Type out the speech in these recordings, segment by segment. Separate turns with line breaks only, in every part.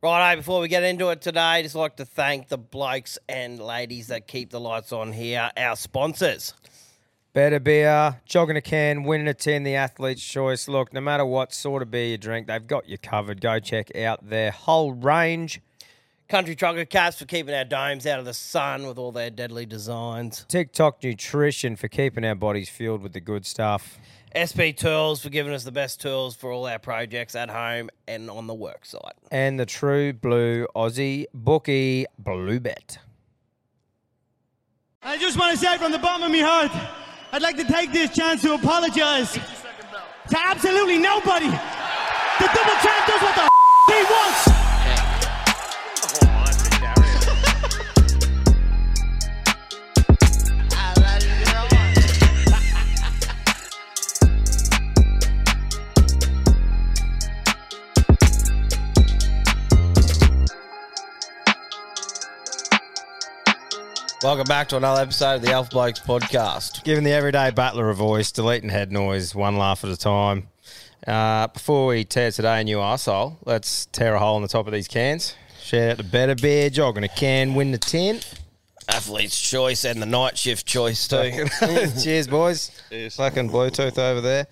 Righto, before we get into it today, just like to thank the blokes and ladies that keep the lights on here, our sponsors.
Better beer, jogging a can, winning a 10, the athlete's choice. Look, no matter what sort of beer you drink, they've got you covered. Go check out their whole range.
Country Trucker Caps for keeping our domes out of the sun with all their deadly designs.
TikTok Nutrition for keeping our bodies fueled with the good stuff.
SB Tools for giving us the best tools for all our projects at home and on the work site.
And the true blue Aussie bookie, Bluebet.
I just want to say from the bottom of my heart, I'd like to take this chance to apologize to absolutely nobody. The double champ does what the f- he wants.
Welcome back to another episode of the Elf Blokes podcast.
Giving the everyday battler a voice, deleting head noise, one laugh at a time. Uh, before we tear today a new arsehole, let's tear a hole in the top of these cans. Shout out to Better Beer, jogging a can, win the 10.
Athlete's choice and the night shift choice too.
Cheers, boys. Cheers. Fucking Bluetooth over there.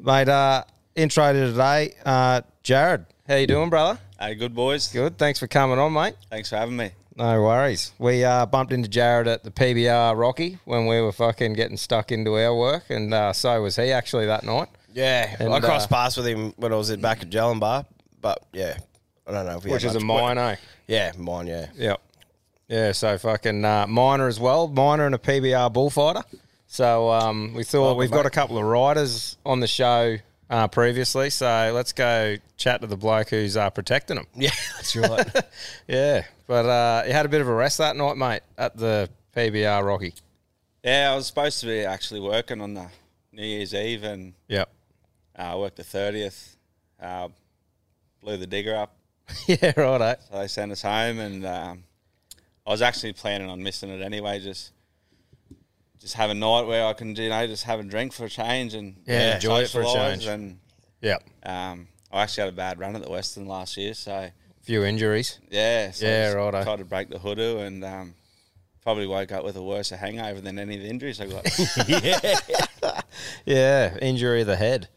Mate, uh, intro to today. Uh, Jared, how you doing, brother?
Hey, good boys.
Good. Thanks for coming on, mate.
Thanks for having me.
No worries. We uh, bumped into Jared at the PBR Rocky when we were fucking getting stuck into our work, and uh, so was he actually that night.
yeah,
And,
I crossed
uh,
paths with him when I was in back at Jellinbar, but yeah, I don't know if we
Which
had
is a
much-
mine, eh?
Yeah, mine. Yeah,
Yep. Yeah, so fucking uh, minor as well. Minor and a PBR bullfighter. So um, we thought we've got a couple of riders on the show uh, previously. So let's go chat to the bloke who's uh, protecting them.
yeah, that's right.
Yeah. But uh, you had a bit of a rest that night, mate, at the PBR Rocky.
Yeah, I was supposed to be actually working on the New Year's Eve, and
Yep.
uh, I worked the thirtieth. Uh, blew the digger up.
yeah, right,
So they sent us home, and um, I was actually planning on missing it anyway. Just, just have a night where I can, you know, just have a drink for a change and
Yeah, enjoy it for a
socialise
change.
And
Yep.
um, I actually had a bad run at the Western last year, so
Few injuries.
yeah, so
Yeah,
I
righto.
just Tried to break the hoodoo and. Um, Probably woke up with a worse hangover than any of the injuries I got.
Yeah, injury of the head.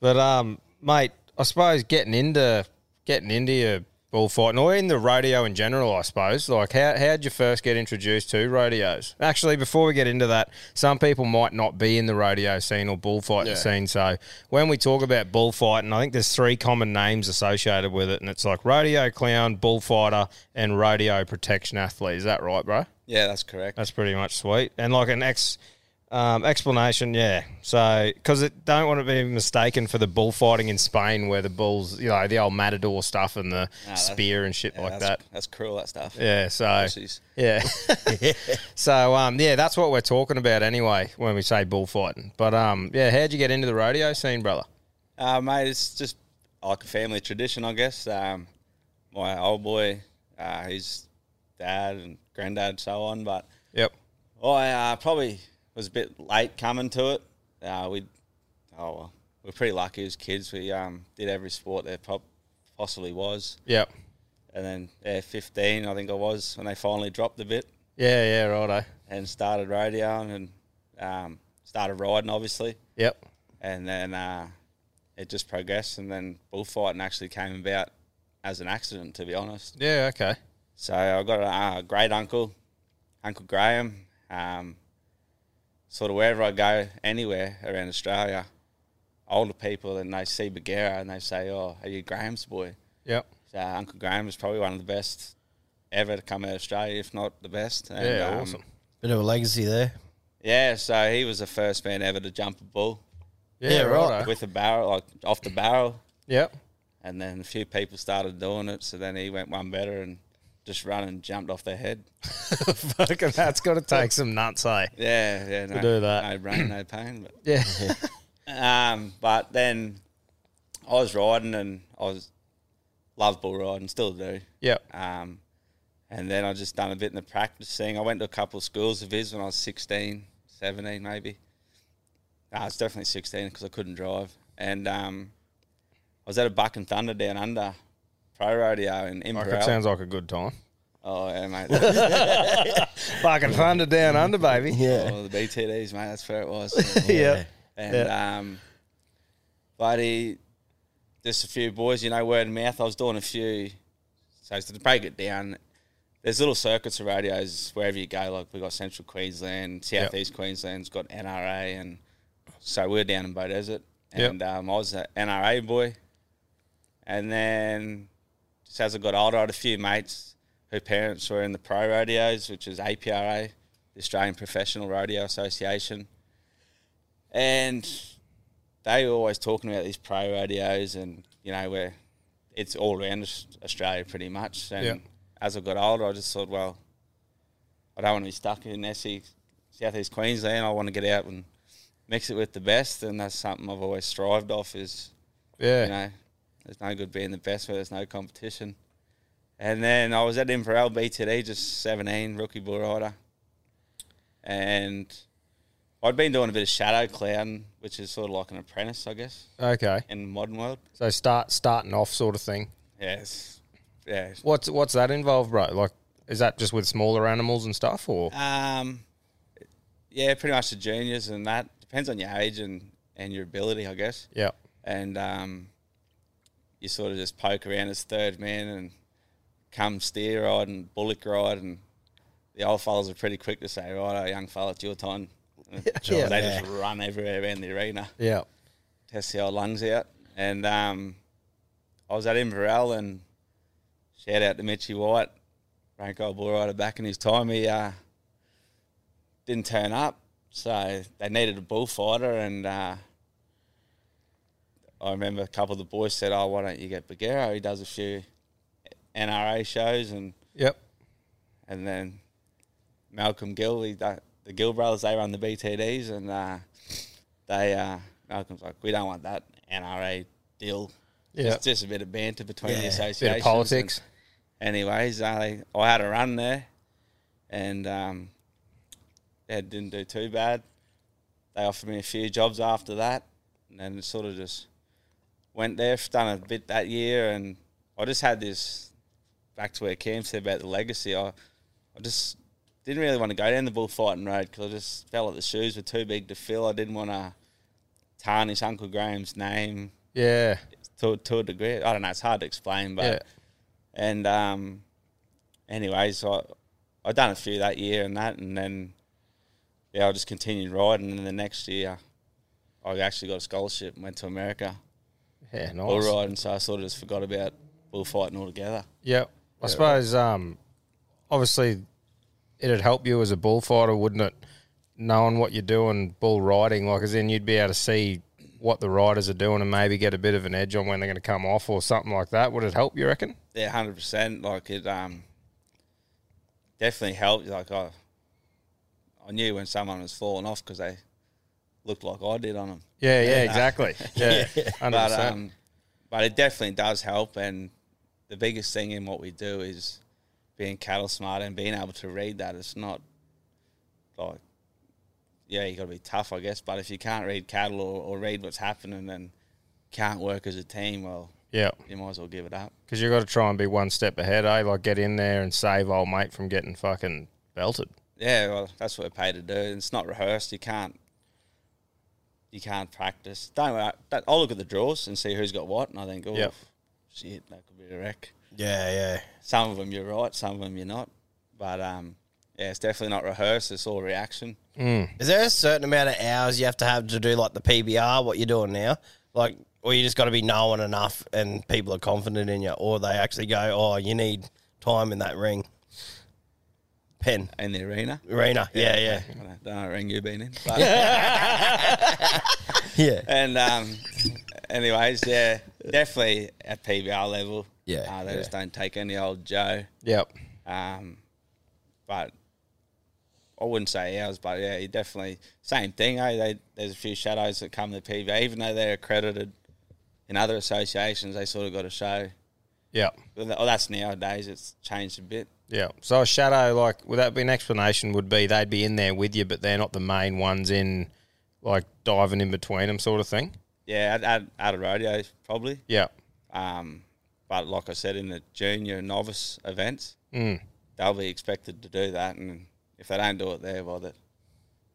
But um, mate, I suppose getting into getting into your bullfighting or in the rodeo in general, I suppose. Like, how how'd you first get introduced to rodeos? Actually, before we get into that, some people might not be in the rodeo scene or bullfighting
Yeah.
scene. So when we talk about bullfighting, I think there's three common names associated with it, and it's like rodeo clown, bullfighter, and rodeo protection athlete. Is that right, bro?
yeah, that's correct.
That's pretty much sweet. And like an ex um, explanation, yeah. So because it don't want to be mistaken for the bullfighting in Spain, where the bulls, you know, the old matador stuff and the
that's-
spear and shit
Yeah,
like that.
that's, That's cruel, that stuff.
Yeah. So
Pussies.
yeah. so um, yeah, that's what we're talking about anyway when we say bullfighting. But um, yeah, how'd you get into the rodeo scene, brother?
Uh, mate, it's just like a family tradition, I guess. Um, my old boy, uh, his dad and granddad, and so on. But
Yep.
I uh, probably was a bit late coming to it. Uh, we, oh well, we're pretty lucky as kids. We um, did every sport there prob- possibly was,
Yep.
and then yeah, 15, I think I was when they finally dropped a bit
Yeah. Yeah. Righto.
and started rodeoing and um, started riding, obviously.
Yep.
and then uh, it just progressed, and then bullfighting actually came about as an accident, to be honest.
Yeah. Okay.
So I got a, a great uncle, Uncle Graham. Um, sort of wherever I go, anywhere around Australia, older people and they see Bagheera and they say, "Oh, are you Graham's boy?"
Yep.
So Uncle Graham is probably one of the best ever to come out of Australia, if not the best. And,
Yeah.
um,
awesome.
Bit of a legacy there.
Yeah, so he was the first man ever to jump a bull
Yeah.
yeah, right.
righto.
with a barrel, like off the barrel.
Yep.
And then a few people started doing it. So then he went one better and just run and jumped off their head.
Fucking, that's got to take some nuts, eh? hey.
Yeah, yeah. No,
do that.
No brain, no pain.
Yeah.
But, um, but then I was riding and I was love bull riding, still do.
yep.
Um, and then I just done a bit in the practicing. I went to a couple of schools of his when I was 16, 17 maybe. I was definitely 16 because I couldn't drive. And um, I was at a Buck and Thunder down under pro rodeo in
Like,
Imperial.
it sounds like a good time.
oh yeah, mate. That
Fucking thunder down under, baby.
was-
Yeah.
oh, the BTDs, mate. That's where it was.
yeah.
And um, buddy, just a few boys, you know, word of mouth. I was doing a few. So to break it down, there's little circuits of radios wherever you go. Like we got Central Queensland, Southeast Queensland's got NRA, and so we're down in Bow Desert.
Yep.
And um, I was an NRA boy, and then just as I got older, I had a few mates whose parents were in the pro rodeos, which is APRA, the Australian Professional Rodeo Association and they were always talking about these pro rodeos and you know where it's all around Aus- Australia pretty much. And
Yeah.
as I got older, I just thought, well, I don't want to be stuck in Essie, Southeast Queensland. I want to get out and mix it with the best, and that's something I've always strived off. Is
Yeah.
you know, there's no good being the best where there's no competition. And then I was at Imperial BTD, just 17, rookie bull rider. And I'd been doing a bit of shadow clown, which is sort of like an apprentice, I guess,
Okay.
in the modern world.
So start starting off sort of thing.
Yes. Yeah. it's-
What's what's that involved, bro? Like is that just with smaller animals and stuff or
Um, yeah, pretty much the juniors and that. Depends on your age and, and your ability, I guess.
Yeah.
and um, you sort of just poke around as third man and come steer ride and bullock ride and the old fellas are pretty quick to say, right, young fella, it's your time.
Yeah.
they just run everywhere around the arena,
Yeah.
test the old lungs out. And um, I was at Inverell and shout out to Mitchy White, rank old bull rider back in his time. He uh, didn't turn up, so they needed a bullfighter and uh, I remember a couple of the boys said, "Oh, why don't you get Bagheera? He does a few NRA shows." And
Yep.
and then Malcolm Gill, he, the the Gill brothers, they run the BTDs, and uh, they uh, Malcolm's like, "We don't want that NRA deal.
Yeah.
It's just a bit of banter between the
Yeah, bit of
associations,
Bit of
and-
politics.
anyways, uh, they- I had a run there, and um, yeah, didn't do too bad. They offered me a few jobs after that, and then sort of just went there, done a bit that year, and I just had this back to where Cam said about the legacy. I, I just didn't really want to go down the bullfighting road because I just felt like the shoes were too big to fill. I didn't want to tarnish Uncle Graham's name
yeah.
to to a degree. I don't know. It's hard to explain, but
Yeah.
and um, anyways, I I done a few that year and that, and then yeah, I just continued riding. And then the next year, I actually got a scholarship and went to America
Yeah, nice.
bull riding. So I sort of just forgot about bullfighting altogether.
Yeah. I suppose um obviously it'd help you as a bullfighter, wouldn't it? Knowing what you're doing bull riding, like as in you'd be able to see what the riders are doing and maybe get a bit of an edge on when they're gonna come off or something like that. Would it help you reckon?
Yeah, hundred percent. Like it um, definitely helped. Like I, I knew when someone was falling off because they looked like I did on them.
Yeah, yeah, exactly. Yeah, hundred
but
percent.
um, but it definitely does help. And the biggest thing in what we do is being cattle smart and being able to read that. It's not like yeah, you got to be tough, I guess. But if you can't read cattle or, or read what's happening and can't work as a team, well,
yeah,
you might as well give it up.
because you've got to try and be one step ahead, eh? Like get in there and save old mate from getting fucking belted.
Yeah, well, that's what we're paid to do. and It's not rehearsed. You can't. You can't practice. Don't worry. don't- I'll look at the draws and see who's got what, and I think, oh,
Yep.
shit, that could be a wreck.
Yeah, yeah.
some of them you're right, some of them you're not. But um, yeah, it's definitely not rehearsed. It's all reaction.
Is there a certain amount of hours you have to have to do like the PBR, what you're doing now? Like, or you just got to be knowing enough and people are confident in you, or they actually go, oh, you need time in that ring. Pen,
In the arena.
arena. Yeah, yeah.
I don't know how ring you've been in. But,
Yeah.
and um, anyways, yeah, definitely at PBR level.
Yeah,
Uh, they
yeah.
just don't take any old Joe.
Yep.
Um, but I wouldn't say ours, but yeah, you definitely same thing. Eh? They, there's a few shadows that come to PV, even though they're accredited in other associations. They sort of got a show.
Yep.
Well, oh, that's nowadays. It's changed a bit.
Yeah. So a shadow, like, would that be an explanation? Would be they'd be in there with you, but they're not the main ones in, like, diving in between them, sort of thing.
Yeah, at, at, at a rodeo probably.
Yeah.
Um, But like I said, in the junior novice events, they'll be expected to do that, and if they don't do it there, well, that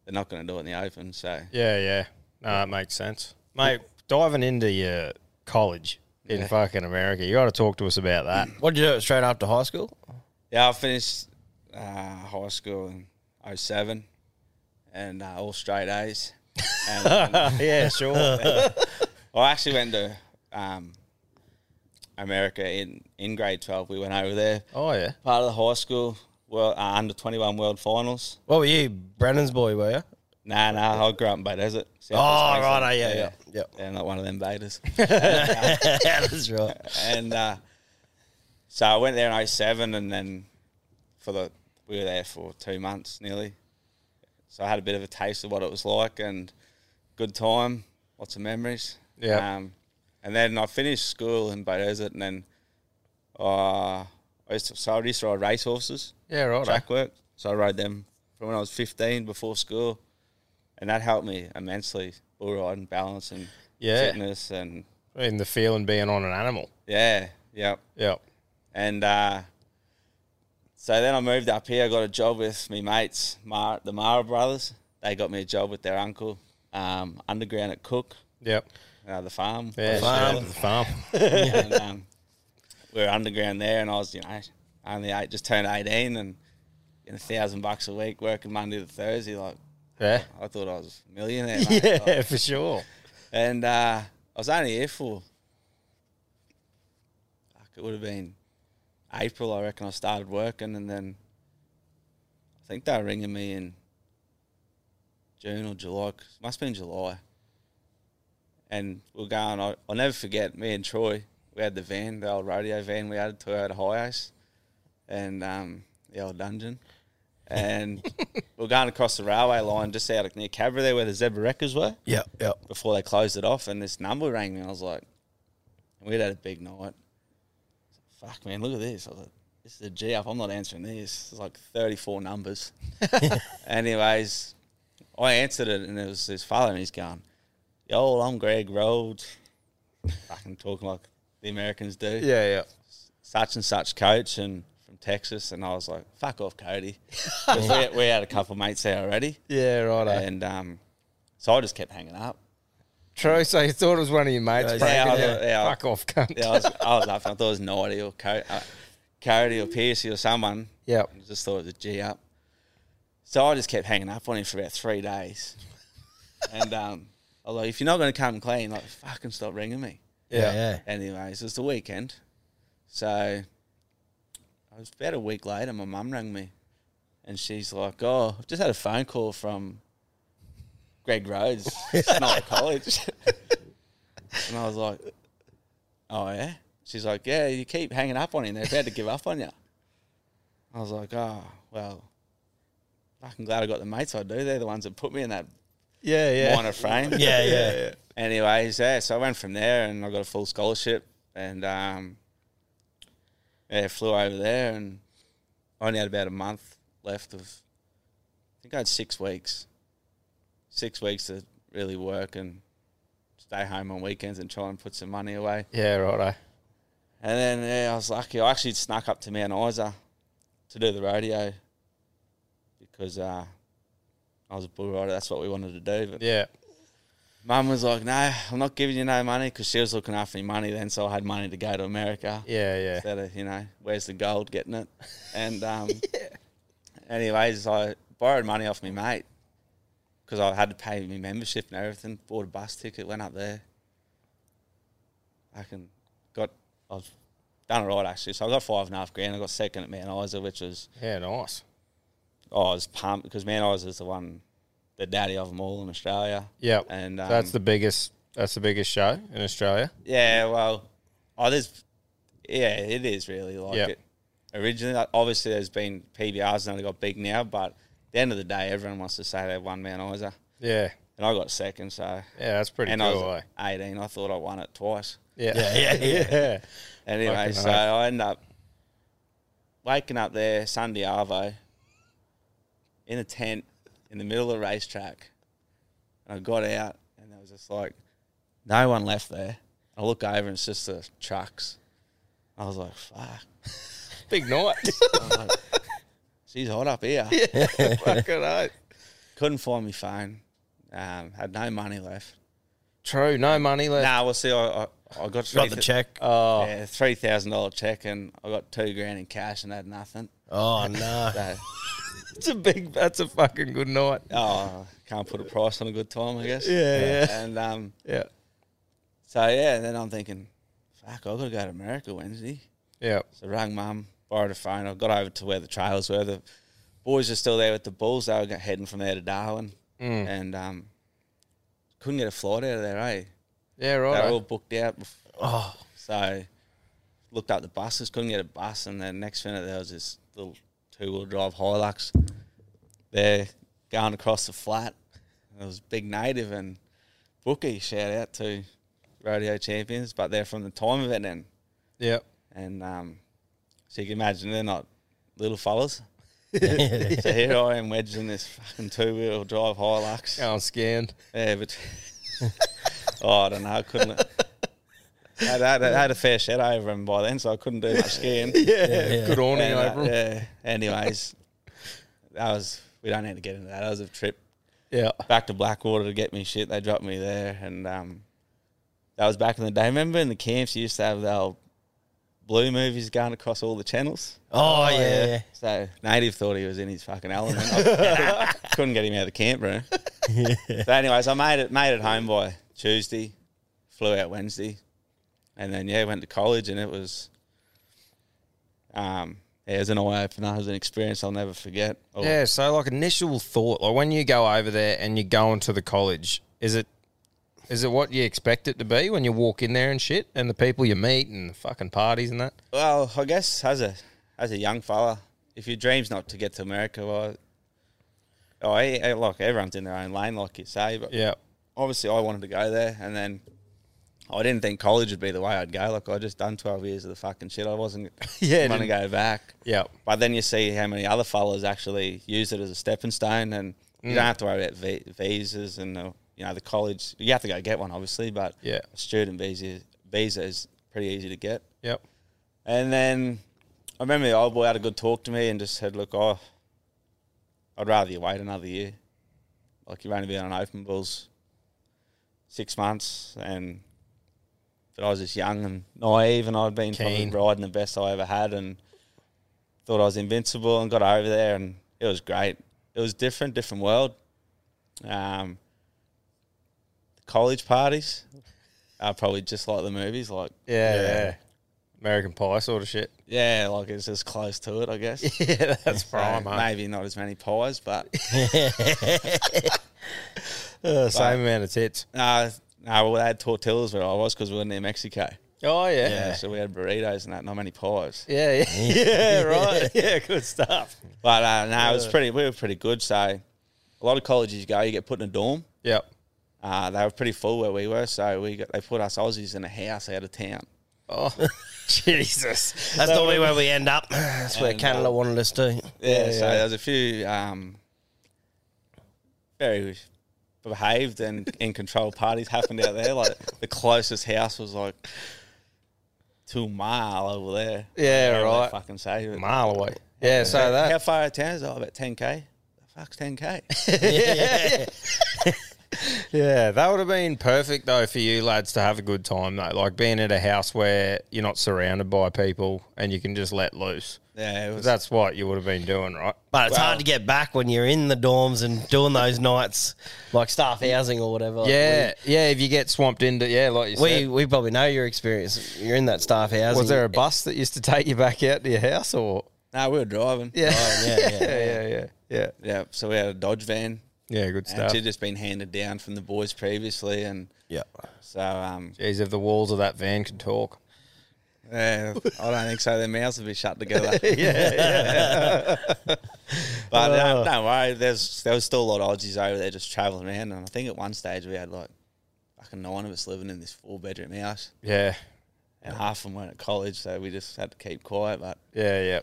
they're not going to do it in the open. So
Yeah, yeah. No, it makes sense. Mate, diving into your college in fucking America, you got to talk to us about that.
What did you do straight after high school?
yeah, I finished uh, high school in 07 and uh, all straight A's. And, um,
yeah, sure.
I actually went to um, America in, in grade 12. We went over there.
Oh, yeah.
part of the high school world uh, under 21 world finals.
What were you, Brennan's boy? Were you?
Nah, nah, I grew up in Bay Desert. South
Oh,
West
right,
Queensland.
yeah, yeah, yeah.
yeah. not one of them Baders.
yeah, that's right.
and uh, so I went there in 07 and then for the we were there for two months nearly. So I had a bit of a taste of what it was like and good time, lots of memories.
Yeah.
Um, and then I finished school in Bay Desert and then uh, I used to, so I used to ride racehorses.
Yeah, right.
track work. So I rode them from when I was 15 before school. And that helped me immensely. Bull riding, balance, and
Yeah.
fitness. And
In the feeling being on an animal.
yeah, yeah.
Yeah.
And uh, so then I moved up here. I got a job with me mates, Mar- the Mara brothers. They got me a job with their uncle um, underground at Cook,
Yep.
uh, the farm.
Yeah.
Farm.
shout out to the farm.
and um, we were underground there, and I was, you know, only eight, just turned 18 and in a thousand bucks a week working Monday to Thursday. Like,
yeah.
I thought I was a millionaire. Mate.
Yeah, for sure.
And uh, I was only here for, fuck, it would have been April, I reckon I started working. And then I think they were ringing me in June or July. 'cause It must have been July. And we we're going, I, I'll never forget, me and Troy, we had the van, the old rodeo van we had, Toyota Hiace, and um, the old dungeon. And we we're going across the railway line just out of near Cabra there where the zebra wreckers were
Yep, yep.
before they closed it off, and this number rang me. and I was like, and we'd had a big night. I was like, Fuck, man, look at this. I was like, this is a G up. I'm not answering this. It's like 34 numbers. Anyways, I answered it, and it was his father, and he's going, Yo, I'm Greg Rhodes. Fucking talking like the Americans do
Yeah, yeah.
such and such coach and from Texas, and I was like, "Fuck off, Cody," 'Cause we, we had a couple of mates there already,
Yeah, right.
and um, so I just kept hanging up.
True. So you thought it was one of your mates?
Yeah,
pranking
I-
you?
yeah.
Fuck off, cunt.
Yeah, I was, I was laughing. I thought it was Naughty or Co- uh, Cody or Piercy or someone.
Yep.
I just thought it was a G up. So I just kept hanging up on him for about three days, and um, I was like, "If you're not going to come clean, like fucking stop ringing me."
Yeah,
Yeah.
yeah.
Anyways, it was the weekend. So it was about a week later, my mum rang me and she's like, Oh, I've just had a phone call from Greg Rhodes, Snipe College. and I was like, Oh, yeah? She's like, Yeah, you keep hanging up on him. They're about to give up on you. I was like, Oh, well, fucking glad I got the mates I do. They're the ones that put me in that
Yeah, yeah.
minor frame.
Yeah, yeah,
Anyways, yeah, so I went from there and I got a full scholarship and um, yeah, flew over there and I only had about a month left of, I think I had six weeks, six weeks to really work and stay home on weekends and try and put some money away.
Yeah, right.
And then yeah, I was lucky. I actually snuck up to Mount Isa to do the rodeo because uh, I was a bull rider. That's what we wanted to do. But
Yeah.
Mum was like, "No, I'm not giving you no money," because she was looking after me money then, so I had money to go to America
Yeah, yeah.
instead of you know, where's the gold getting it? And um, anyways, I borrowed money off my mate because I had to pay my membership and everything. Bought a bus ticket, went up there. I can got I've done it right actually. So I got five and a half grand. I got second at Mount Isa, which was
Yeah, nice.
oh, I was pumped because Mount Isa is the one, the daddy of them all in Australia.
Yeah.
and
so that's
um,
the biggest. That's the biggest show in Australia.
Yeah, well, oh, there's, yeah, it is really like
Yep.
it. Originally, like, obviously, there's been PBRs and they got big now, but at the end of the day, everyone wants to say they won Mount Isa,
Yeah.
and I got second, so
Yeah, that's pretty
and I
cool.
was 18. I thought I won it twice.
eh? Yeah.
yeah, yeah.
Yeah.
Anyway,
Fucking
so
oath.
I end up waking up there Sunday Arvo in a tent in the middle of the racetrack. And I got out and there was just like no one left there. I look over and it's just the trucks. I was like, fuck,
Big night.
she's hot up here.
Fucking oath.
Couldn't find me phone. Um, had no money left.
True. No money left.
Nah, we'll see. I, I, I got, three
Got the check.
Oh,
Yeah, three thousand dollar check, and I got two grand in cash, and had nothing.
Oh no.
So,
it's a big. That's a fucking good night.
oh, can't put a price on a good time, I guess.
Yeah,
And um,
Yeah.
so yeah, and then I'm thinking, fuck, I gotta go to America Wednesday.
Yeah.
So rang mum, borrowed a phone. I got over to where the trailers were. The boys are still there with the bulls. They were go- heading from there to Darwin,
Mm.
and um, couldn't get a flight out of there. Eh,
Yeah.
they were
Right.
all booked out. bef-
Oh,
So looked up the buses, couldn't get a bus, and then next minute there was this little two wheel drive Hilux. They're going across the flat. It was big native and bookie. Shout out to rodeo champions, but they're from the time of it then.
Yeah.
And um, so you can imagine they're not little fellas. so here I am wedged in this fucking two wheel drive Hilux.
Oh, scanned.
Yeah, but oh, I don't know. I couldn't. I had, I had, I had a er fair shed over him by then, so I couldn't do much skiing.
Yeah. Good awning
And, uh,
over 'em.
yeah. Anyways, that was. We don't need to get into that. That was a trip
Yeah.
back to Blackwater to get me shit. They dropped me there, and um, that was back in the day. Remember in the camps, you used to have the old blue movies going across all the channels.
oh yeah. yeah.
So native thought he was in his fucking element. I couldn't get him out of the camp room. But anyways, I made it made it home by Tuesday, flew out Wednesday, and then yeah, went to college and it was um yeah, it was an eye opener, it was an experience I'll never forget. Oh,
Yeah, so like initial thought, like when you go over there and you go into the college, is it is it what you expect it to be when you walk in there and shit, and the people you meet and the fucking parties and that?
Well, I guess as a as a young fella, if your dream's not to get to America, well oh, eh, eh, like everyone's in their own lane, like you say, but
Yeah,
obviously I wanted to go there, and then I didn't think college would be the way I'd go. Like I just done twelve years of the fucking shit. I wasn't
Yeah,
going to
didn't-
go back.
yeah,
But then you see how many other fellas actually use it as a stepping stone, and you
Mm.
don't have to worry about vi- visas and the, you know the college. You have to go get one, obviously, but
Yeah.
a student visa visa is pretty easy to get.
yeah,
And then I remember the old boy had a good talk to me and just said, "Look, oh, I'd rather you wait another year. Like you've only been on open bulls six months, and but I was just young and naive, and I'd been probably
Keen.
riding the best I ever had, and thought I was invincible, and got over there, and it was great. It was different, different world. Um, college parties are probably just like the movies, like
yeah, yeah. American Pie sort of shit.
yeah, like it's as close to it, I guess.
Yeah, Oh, that's
So maybe not as many pies, but
same amount of tits.
no, no, well, they had tortillas where I was because we were near Mexico.
Oh yeah,
Yeah,
yeah,
so we had burritos and that, not many pies.
yeah, yeah, right. Yeah, good stuff.
But uh, no, it was pretty. We were pretty good. So a lot of colleges you go, you get put in a dorm.
Yeah,
Uh, they were pretty full where we were, so we got, they put us Aussies in a house out of town.
oh Jesus,
That's normally where we end up. That's where Canada wanted us to.
Yeah, so
yeah.
there was a few um, very behaved and in control parties happened out there. Like the closest house was like two mile over there.
Yeah,
Whatever they
right.
Fucking say it.
mile away. Yeah, so that
How far out of town is it? Oh, about ten k. Fuck's ten k.
Yeah, that would have been perfect though for you lads to have a good time though. Like being at a house where you're not surrounded by people and you can just let loose.
yeah, it was.
That's what you would have been doing, right?
But it's
Well-
hard to get back when you're in the dorms and doing those nights, like staff housing or whatever.
Yeah, yeah. If you get swamped into, yeah, like you
We,
said,
we probably know your experience. You're in that staff housing.
was there a bus that used to take you back out to your house or?
no, we were driving.
Yeah,
Oh, yeah,
yeah,
yeah,
yeah, yeah, yeah.
yeah. So we had a Dodge van,
Yeah, good
and
stuff.
she'd just been handed down from the boys previously, and
Yeah.
so um,
Jeez, if the walls of that van could talk.
Yeah, Eh, I don't think so. Their mouths would be shut together.
Yeah, Oh.
But uh, don't worry, there's there was still a lot of Aussies over there just travelling around, and I think at one stage we had like fucking nine of us living in this four bedroom house,
yeah,
and half of them weren't at college, so we just had to keep quiet. But
yeah, yeah.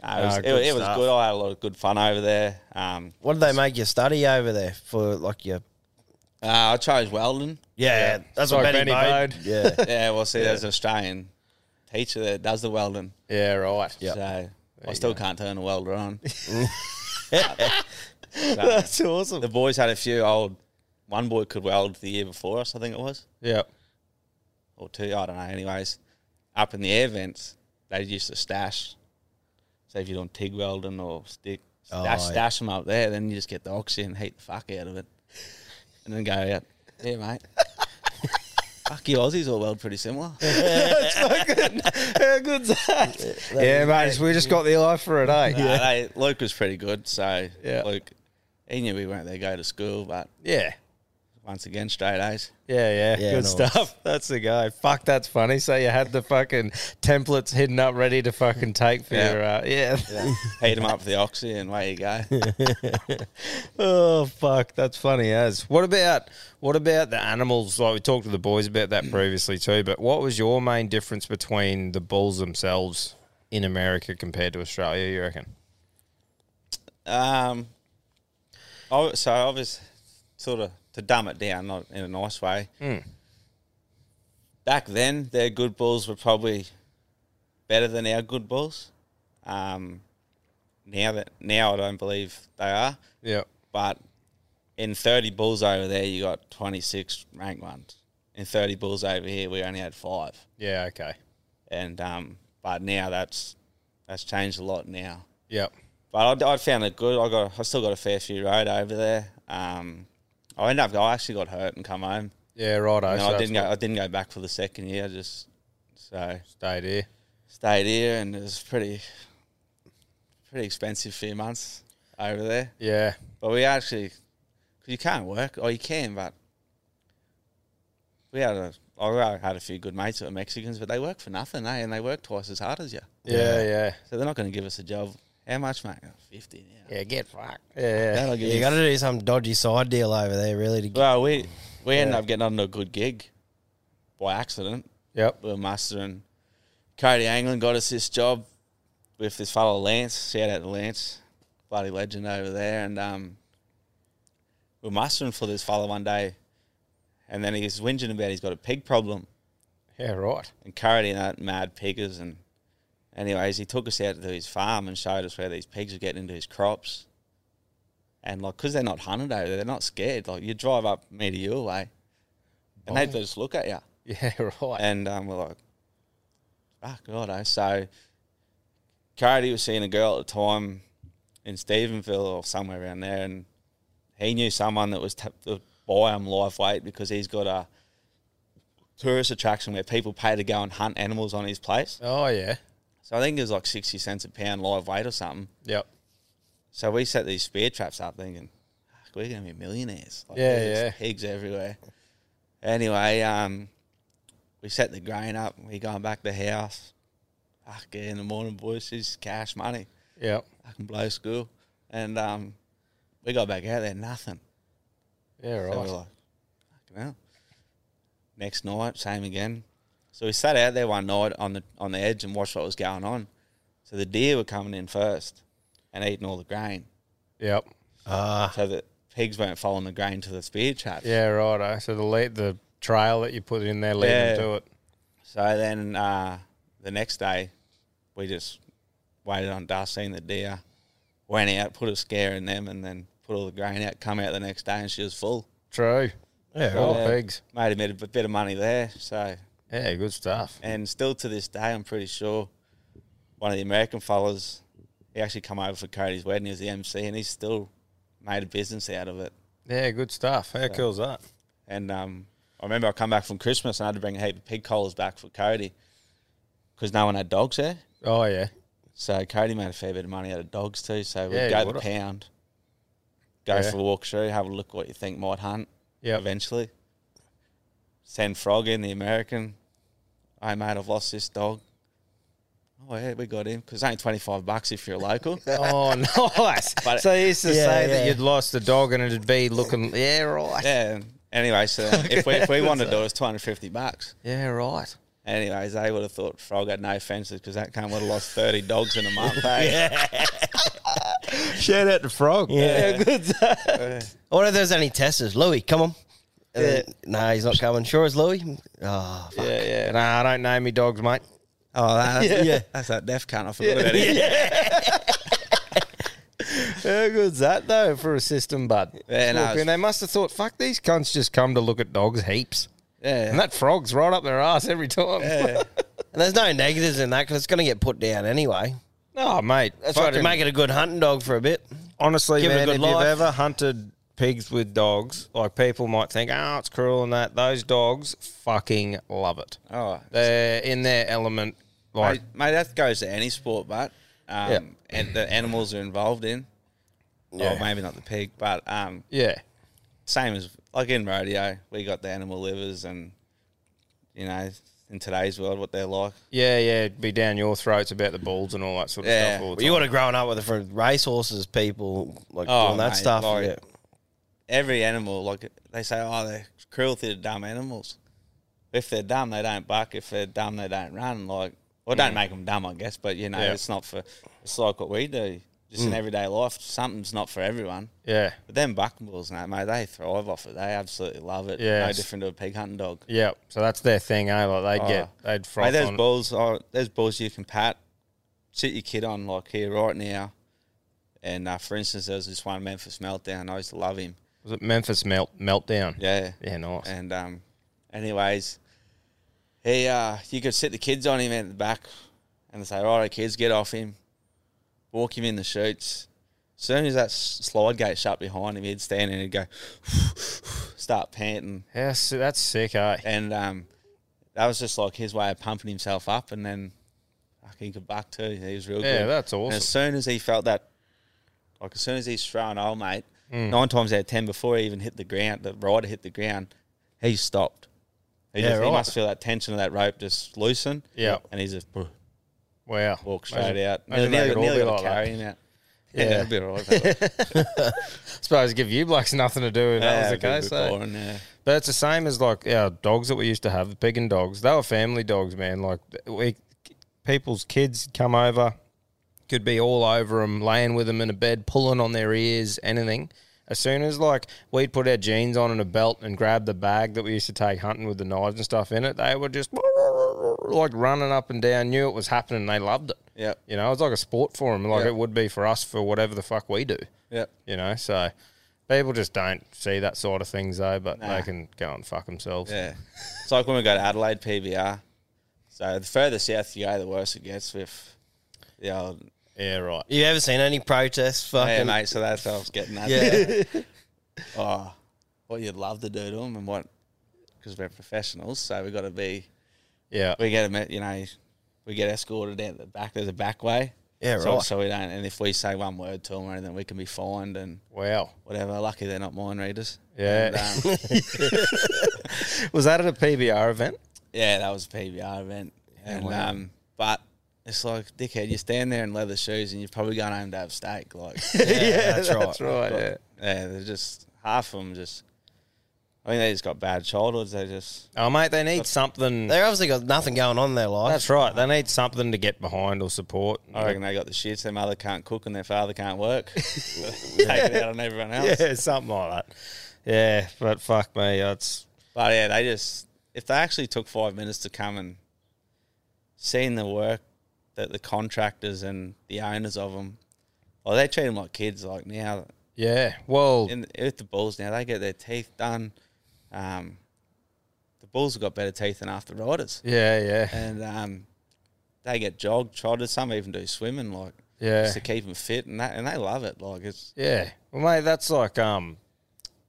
uh, it, was,
Ah,
it,
good
it was
stuff.
good. I had a lot of good fun over there. Um,
What did they make you study over there for, like your?
uh, I chose welding.
Yeah, that's
Like
what Benny,
Benny
made. Yeah,
Yeah, well, see, there's an Australian teacher that does the welding.
Yeah, right.
Yep.
So I still can't turn the welder on.
That's awesome.
the boys had a few old. One boy could weld the year before us, I think it was,
Yeah.
or two. I don't know. Anyways, up in the air vents, they used to stash. So if you're doing TIG welding or stick,
Oh,
stash,
yeah.
stash them up there. Then you just get the oxygen, and heat the fuck out of it, and then go out. Yeah, mate. fuck you, Aussies all weld pretty similar.
How good's that? yeah, mate. We just got the eye for it, eh?
yeah. they, Luke was pretty good. So
Yeah.
Luke, he knew we weren't there to go to school, but
Yeah.
once again, straight A's.
Yeah, yeah,
Yeah,
good
nice.
stuff. That's the guy. Fuck, that's funny. So you had the fucking templates hidden up, ready to fucking take for
Yeah.
your, uh, yeah.
Heat him up for the oxy, and away you go.
Oh fuck, that's funny as. What about what about the animals? Like we talked to the boys about that previously too. But what was your main difference between the bulls themselves in America compared to Australia? You reckon?
Um, oh, so I was sort of to dumb it down, not in a nice way. Back then, their good bulls were probably better than our good bulls. Um, now that now I don't believe they are,
Yeah.
but in thirty bulls over there, you got twenty six ranked ones. In thirty bulls over here, we only had five,
Yeah. Okay.
and um, but now that's that's changed a lot now.
Yep.
But I, I found it good. I got, I still got a fair few road over there. Um, I ended up, I actually got hurt and come home.
Yeah. Right. eh,
And I didn't go, I didn't go back for the second year. I just so
Stayed here.
stayed here, and it was pretty, pretty expensive few months over there.
Yeah.
But we actually, cause you can't work, or you can, but we had a, I had a few good mates that were Mexicans, but they work for nothing, eh? And they work twice as hard as you,
Yeah. Yeah.
so they're not going to give us a job. How much, mate? Fifty. Yeah.
Get fucked. Yeah.
That'll give
You
you
got to do some dodgy side deal over there, really. To get,
Well, we we ended up getting onto a good gig by accident.
Yep.
We were mustering. Cody Anglin got us this job with this fellow Lance. Shout out to Lance, bloody legend over there. And um, we were mustering for this fellow one day, and then he's whinging about he's got a pig problem
Yeah. Right.
and Cody and that mad piggers and. Anyways, he took us out to his farm and showed us where these pigs were getting into his crops. And, like, because they're not hunted over there, they're not scared. Like, you drive up me to your way, and they just look at you.
Yeah. Right.
And um, we're like, fuck, righto. So, Cody was seeing a girl at the time in Stephenville or somewhere around there, and he knew someone that was t- to buy him live weight because he's got a tourist attraction where people pay to go and hunt animals on his place.
oh yeah.
So I think it was like 60 cents a pound live weight or something.
Yep.
So we set these spear traps up thinking, "Fuck, we're going to be millionaires. Like,
Yeah,
there's
yeah.
Pigs everywhere. Anyway, um, we set the grain up. We going back to the house. Fuck, yeah, in the morning, boys, it's cash money.
Yep.
I can blow school. And um, we got back out there, nothing.
Yeah.
So we're
Right.
like, fucking hell. Next night, same again. So we sat out there one night on the on the edge and watched what was going on. So the deer were coming in first and eating all the grain.
Yep.
So that pigs weren't following the grain to the spear traps.
Yeah. Right. eh. So the lead, the trail that you put in there, lead them
Yeah.
to it.
So then uh, the next day, we just waited on dusk, seen the deer, went out, put a scare in them, and then put all the grain out, come out the next day, and she was full.
True.
yeah,
Oh,
right.
Yeah.
pigs.
Made a bit, a bit of money there. So
Yeah, good stuff.
and still to this day, I'm pretty sure one of the American fellas, he actually come over for Cody's wedding. He was the MC, and he's still made a business out of it.
Yeah, good stuff. How cool's that?
And um, I remember I come back from Christmas and I had to bring a heap of pig collars back for Cody because no one had dogs there.
Oh yeah,
So Cody made a fair bit of money out of dogs too. So we'd
Yeah, you
go to the
would've.
pound, go
Yeah.
for a walk through, have a look what you think might hunt
yeah,
eventually. Send Frog in, the American. Hey, mate, I've lost this dog. Oh, yeah, we got him. Because it's only 25 bucks if you're local.
Oh, nice.
But-
so you used to
Yeah,
say
yeah.
that you'd lost the dog and it'd be looking. Yeah, right.
yeah. Anyway, so if we, if we wanted to do it, it's 250 bucks.
Yeah, right.
Anyways, they would have thought Frog had no fences because that cunt would have lost 30 dogs in a month. eh?
Shout out to Frog. Yeah, good.
I wonder if there's any testers. Louis, come on. Uh, And then, nah, he's not coming. Sure as Louis. Oh, fuck.
Yeah, yeah. Nah, I don't know me dogs, mate.
Oh, that's,
Yeah.
yeah. That's that deaf cunt. I forgot about it.
How good's that though for a system, bud?
Yeah, no,
Look,
it's-
and they must have thought, fuck, these cunts just come to look at dogs heaps,
Yeah.
and that frog's right up their ass every time.
And there's no negatives in that because it's going to get put down anyway.
oh, mate,
That's right. To
fucking-
make it a good hunting dog for a bit.
honestly,
Give it a
man,
good
if
life.
you've ever hunted pigs with dogs, like people might think, oh, it's cruel and that. Those dogs fucking love it.
Oh,
They're in their element. Like,
mate, mate, that goes to any sport, but um,
Yeah.
and the animals are involved in.
Yeah.
Well, maybe not the pig, but um,
yeah.
same as like in rodeo, we got the animal livers, and you know, in today's world, what they're like.
Yeah, yeah, it'd be down your throats about the balls and all that sort of
Yeah.
stuff. All the
Well, you
time.
would have grown up with it from racehorses, people, like
Oh,
doing that
mate,
stuff.
like-
yeah.
Every animal, like they say, oh, they're cruelty to dumb animals. If they're dumb, they don't buck. If they're dumb, they don't run. Like, well, don't make them dumb, I guess. But you know,
Mm. Yeah. Mm.
it's not for. It's like what we do, just in everyday life. Something's not for everyone.
yeah,
But them buck bulls, no, mate, they thrive off it. They absolutely love it.
Yeah.
No different to a pig hunting dog.
yeah. So that's their thing, eh? Like they'd get,
Oh.
they'd froth
Mate, there's
on. it.
balls. Oh, there's balls you can pat. Sit your kid on like here right now. And uh, for instance, there was this one Memphis meltdown. I used to love him.
Was it Memphis melt meltdown?
Yeah.
yeah, nice.
And um, anyways, he uh, you could sit the kids on him at the back, and they say, "Righto, kids, get off him, walk him in the chutes." As soon as that s- slide gate shut behind him, he'd stand and he'd go, start panting.
Yeah, so that's sick, eh?
and um, that was just like his way of pumping himself up, and then fuck, he could buck too. He was real
Yeah,
good.
that's
And
awesome.
as soon as he felt that, like as soon as he's thrown old mate,
Mm.
nine times out of ten before he even hit the ground, the rider hit the ground, he stopped. He,
Yeah,
just,
right.
he must feel that tension of that rope just loosen.
Yeah.
and he's just "Bruh,"
Wow.
walk straight out.
Imagine
nearly,
they could all
nearly
be
got
like
a
that.
carry him out. Yeah, that'd be all right.
I suppose give you blokes nothing to do if that was the
That'd be a
case,
bit
eh?
boring, yeah.
But it's the same as like our dogs that we used to have, the pig and dogs. They were family dogs, man. Like we, people's kids come over, could be all over them, laying with them in a bed, pulling on their ears, anything. As soon as like we'd put our jeans on and a belt and grab the bag that we used to take hunting with the knives and stuff in it, they were just like running up and down, knew it was happening. and They loved it.
Yep.
You know, it was like a sport for them, like
Yep.
it would be for us for whatever the fuck we do
Yep.
you know. So people just don't see that sort of things though, but
Nah.
they can go and fuck themselves.
Yeah. It's like when we go to Adelaide PBR. So the further south you go, the worse it gets with the old.
Yeah, right.
You ever seen any protests?
Yeah,
Fucking
mate. So that's what I was getting at. Yeah. oh, what you'd love to do to them and what, because we're professionals. So we got to be,
Yeah,
we get them, you know, we get escorted out the back. There's a back way.
Yeah,
so,
right.
So we don't, and if we say one word to them or anything, we can be fined and
wow.
whatever. Lucky they're not mind readers.
Yeah.
And, um,
Was that at a PBR event?
Yeah, that was a PBR event. and um, but it's like, dickhead, you stand there in leather shoes and you're probably going home to have steak. Like, yeah,
that's, right. yeah.
they're just half of them just. I think they just got bad childhoods. They just
Oh mate, they need something.
They've obviously got nothing going on in their life.
That's right. They need something to get behind or support.
I reckon they got the shits. Their mother can't cook and their father can't work. Take it out on everyone else.
yeah, something like that. Yeah, but fuck me, that's
But yeah, they just if they actually took five minutes to come and seeing the work that the contractors and the owners of them, well, they treat them like kids. Like now,
yeah. Well,
in with the Bulls now, they get their teeth done. Um, the Bulls have got better teeth than half the riders,
yeah, yeah,
and um, they get jogged, trotted. Some even do swimming, like
yeah.
just to keep them fit, and that and they love it. Like it's
Yeah. Well, mate, that's like um,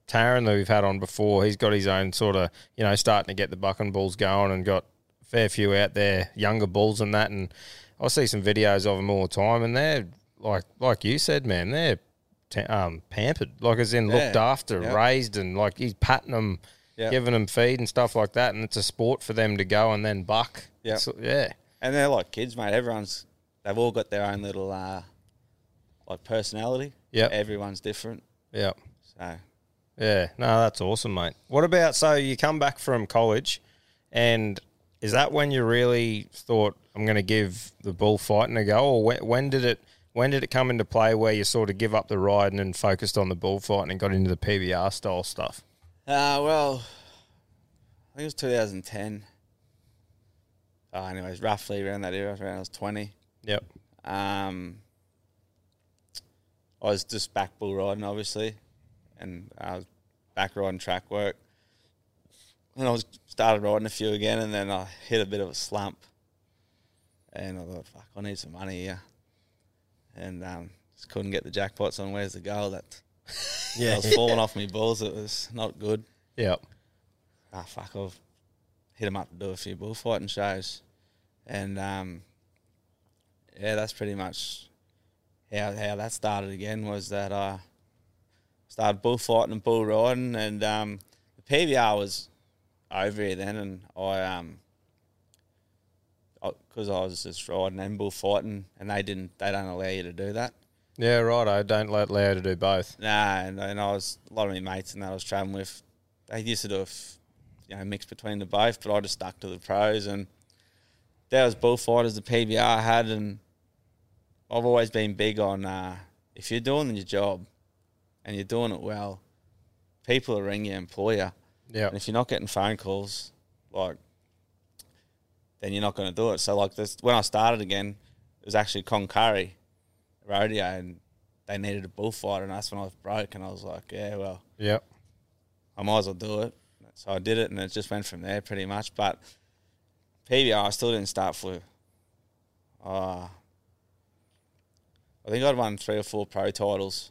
Taron that we've had on before. He's got his own sort of, you know, starting to get the bucking bulls going and got a fair few out there, younger bulls and that. And I see some videos of them all the time, and they're like, like you said, man, they're t- um, pampered, like as in looked
Yeah.
after,
Yep.
raised, and like he's patting them,
Yep.
giving them feed and stuff like that. And it's a sport for them to go and then buck.
Yep.
So- yeah.
and they're like kids, mate. Everyone's they've all got their own little uh, like personality.
Yep.
everyone's different.
Yeah.
So uh,
Yeah, no, that's awesome, mate. What about so you come back from college, and is that when you really thought I'm going to give the bullfighting a go, or when, when did it when did it come into play where you sort of give up the riding and focused on the bullfighting and got into the PBR style stuff?
Uh, well, I think it was 2010. I Oh, anyways, roughly around that era, around I was 20.
Yep.
Um, I was just back bull riding, obviously, and I was back riding track work. And I was started riding a few again, and then I hit a bit of a slump. And I thought, fuck, I need some money here. And um, just couldn't get the jackpots on where's the goal. That I
Yeah.
was falling off my balls. It was not good.
Yep.
Ah, fuck, I've hit him up to do a few bullfighting shows. And um, yeah, that's pretty much how how that started again was that I started bullfighting and bull riding and um, the PBR was over here then and I um because I was just riding and bullfighting and they didn't they don't allow you to do that.
Yeah, right. I don't let Leo to do both.
Nah, and, and I was a lot of my mates and that I was traveling with. They used to do a f- you know mix between the both, but I just stuck to the pros and there was bullfighters the PBR had, and I've always been big on uh, if you're doing your job and you're doing it well, people will ring your employer,
Yeah.
and if you're not getting phone calls, like then you're not going to do it. So like this, when I started again, it was actually Concurry rodeo, and they needed a bullfighter, and that's when I was broke, and I was like, yeah, well,
Yep.
I might as well do it. So I did it, and it just went from there pretty much. But PBR, I still didn't start for. Uh, I think I'd won three or four pro titles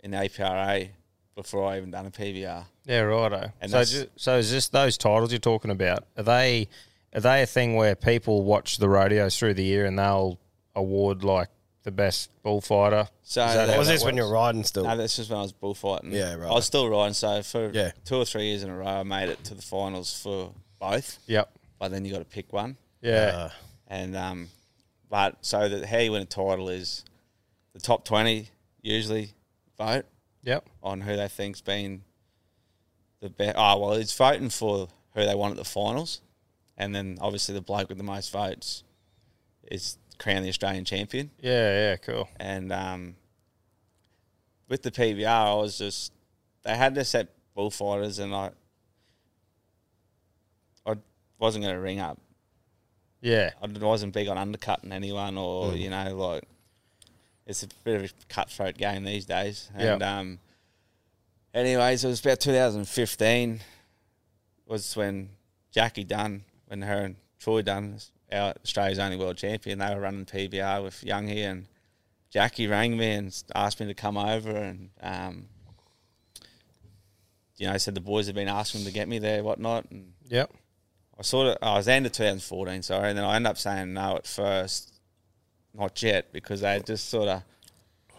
in the APRA before I even done a PBR.
Yeah, righto.
And
so,
that's-
ju- so is this those titles you're talking about? Are they are they a thing where people watch the rodeos through the year and they'll award like the best bullfighter?
So
Is that
that
how
was
that
this when
works?
you're riding still?
No, that's just when I was bullfighting.
Yeah, right.
I was still riding, so for
Yeah.
two or three years in a row, I made it to the finals for both.
Yep.
But then you got to pick one.
Uh,
Yeah.
And um, but so that how you win a title is the top twenty usually vote
yep.
on who they think's been the best. Oh well, it's voting for who they want at the finals, and then obviously the bloke with the most votes is crowned the Australian champion.
Yeah. Yeah. Cool.
And um, with the PBR, I was just they had to set bullfighters, and I I wasn't going to ring up
Yeah.
I wasn't big on undercutting anyone or, you know, like it's a bit of a cutthroat game these days.
Yeah.
And um anyways, it was about 2015 was when Jackie Dunn, when her and Troy Dunn, our Australia's only world champion, they were running PBR with Youngie and Jackie rang me and s- asked me to come over and um you know, said the boys have been asking to get me there, whatnot, and
Yep.
I sort of I was the end of 2014, sorry, and then I ended up saying no at first, not yet, because they just sort of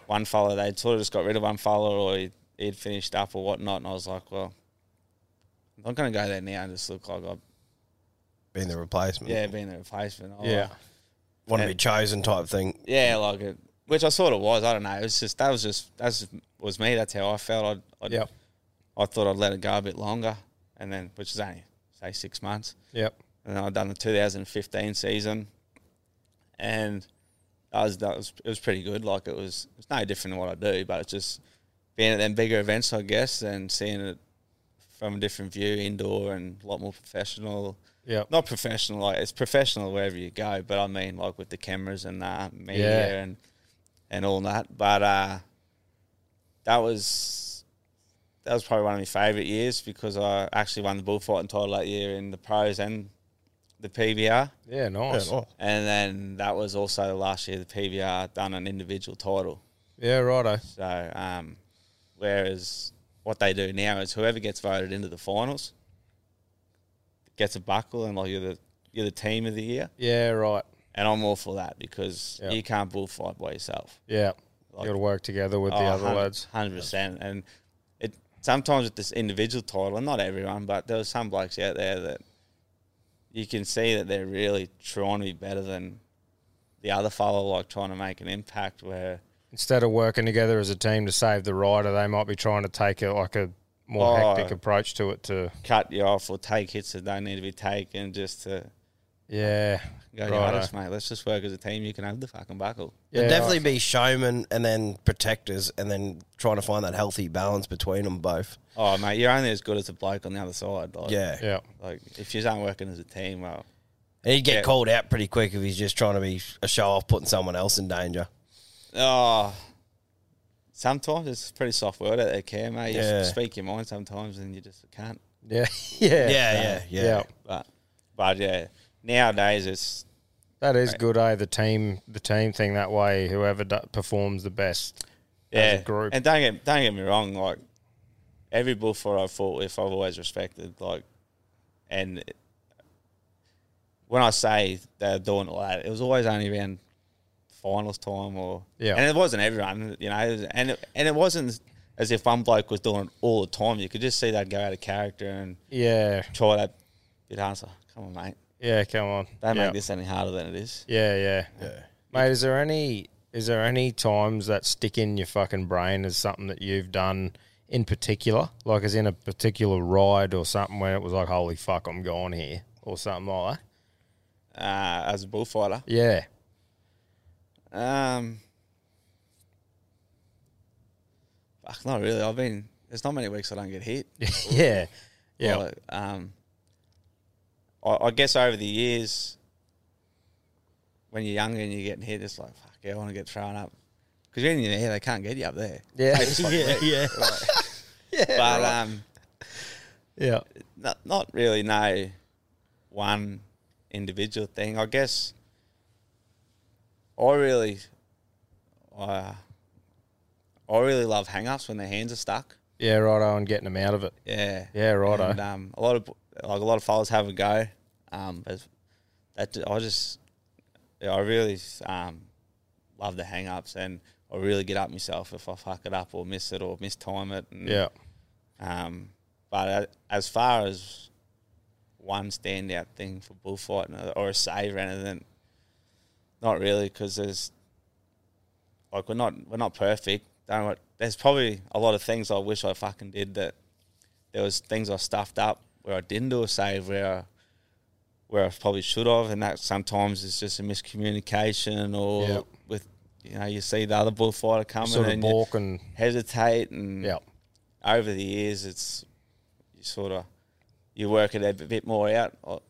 one fella they'd sort of just got rid of one fella or he'd, he'd finished up or whatnot, and I was like, well, I'm not going to go there now and just look like I've
being the replacement.
yeah been a replacement. I-
Mm-hmm. Yeah.
Want to be chosen type thing.
yeah, like it, which I sort of was. I don't know. It was just that was just that's was me. That's how I felt. I I
Yep.
I thought I'd let it go a bit longer, and then which is only say six months.
Yep.
and then I done the 2015 season, and I was that was it was pretty good. Like it was it's no different than what I do, but it's just being at them bigger events, I guess, and seeing it from a different view, indoor and a lot more professional.
Yep.
Not professional, like it's professional wherever you go, but I mean like with the cameras and the media
Yeah.
and and all that. But uh, that was that was probably one of my favourite years because I actually won the bullfighting title that year in the pros and the PBR.
Yeah. Nice. Yeah.
Yeah, nice.
And then that was also last year the PBR done an individual title.
righto.
So um, whereas what they do now is whoever gets voted into the finals gets a buckle and like you're the you're the team of the year.
Yeah. Right.
And I'm all for that because
Yeah.
you can't bullfight by yourself.
Yeah.
Like- Oh,
you got to work together with the other lads.
Hundred percent. And it sometimes with this individual title, and not everyone, but there was some blokes out there that you can see that they're really trying to be better than the other fellow, like trying to make an impact. Where
Instead of working together as a team to save the rider, they might be trying to take a like a more
Oh.
hectic approach to it. To
cut you off or take hits that don't need to be taken, just to
yeah.
go your
righto.
hardest, mate. Let's just work as a team. You can have the fucking buckle.
Yeah,
There'd definitely
right.
be showmen and then protectors and then trying to find that healthy balance between them both.
Oh, mate, you're only as good as the bloke on the other side. Like,
Yeah.
Yeah.
Like if you aren't working as a team, well,
And he'd get
Yeah.
called out pretty quick if he's just trying to be a show off, putting someone else in danger.
Oh, sometimes it's pretty soft word out there, Cam. Mate. You
Yeah.
speak your mind sometimes and you just can't.
Yeah, yeah,
Yeah, yeah, yeah.
But, but yeah, nowadays it's
That is good, eh? The team, the team thing that way. Whoever do, performs the best,
yeah.
as a group.
And don't get don't get me wrong, like every bullfighter I've fought with, I've always respected. Like, and when I say they're doing all that, it was always only around finals time or
Yeah.
and it wasn't everyone, you know, it was- and it, and it wasn't as if one bloke was doing it all the time. You could just see that go out of character and
yeah,
try that bit answer. Come on, mate.
yeah. Come on,
Don't
yeah.
make this any harder than it is.
Yeah, yeah, yeah. Mate, is there any is there any times that stick in your fucking brain as something that you've done in particular, like as in a particular ride or something where it was like, holy fuck, I'm gone here, or something like that?
Uh, as a bullfighter,
Yeah,
Um, fuck, not really. I've been. There's not many weeks I don't get hit.
yeah, yeah,
Like, um, I, I guess over the years, when you're younger and you're getting hit, it's like fuck. Yeah, I want to get thrown up because when you're in the air, they can't get you up there.
yeah,
yeah, yeah. but um,
yeah,
not not really no one individual thing. I guess I really uh, I really love hang-ups when their hands are stuck.
yeah. Righto, and getting them out of it.
Yeah.
Yeah, righto.
And, um, a lot of like a lot of fellas have a go. Um, but that I just yeah, I really um love the hang-ups and I really get up myself if I fuck it up or miss it or mistime it. And,
Yeah,
um, but a- as far as one standout thing for bullfighting uh, or- or a save or anything, not really, because there's like we're not we're not perfect. Don't worry. There's probably a lot of things I wish I fucking did that there was things I stuffed up where I didn't do a save where I, where I probably should have, and that sometimes is just a miscommunication or
Yep.
with you know you see the other bullfighter coming
sort of
and you
balk and
hesitate and
yeah,
over the years, it's you sort of you work it a bit more out, or-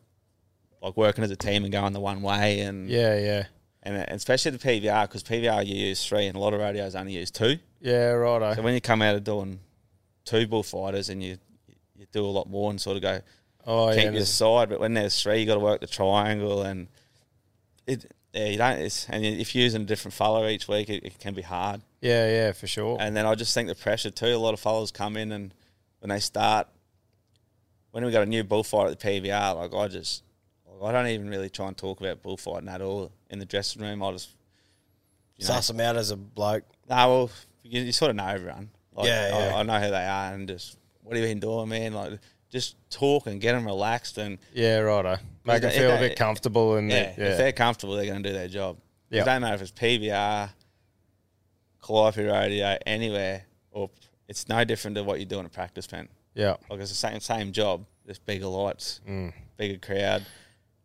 like working as a team and going the one way, and
yeah, yeah,
and, and especially the PVR because PVR you use three, and a lot of radios only use two.
yeah. Righto.
So when you come out of doing two bullfighters and you you do a lot more and sort of go
oh yeah, and
keep your
there's-
side, but when there's three, you got to work the triangle and it. Yeah, you don't. It's, and if you're using a different follow each week, it, it can be hard.
yeah, yeah, for sure.
And then I just think the pressure too. A lot of fellas come in and when they start, when we got a new bullfight at the PVR, like I just, I don't even really try and talk about bullfighting at all in the dressing room. I just,
Suss him out as a bloke.
nah, well, you, you sort of know everyone. Like,
Yeah,
I,
yeah.
I know who they are and just, what have you been doing, man? Like, just talk and get them relaxed and
yeah, righto. Make them
if
feel a
they-
bit comfortable and
yeah,
yeah, yeah,
if they're comfortable, they're going to do their job. It
Yeah.
don't matter if it's PBR, Calliope Radio, anywhere, or it's no different to what you do in a practice pen.
yeah,
Like it's the same same job, just bigger lights, bigger crowd,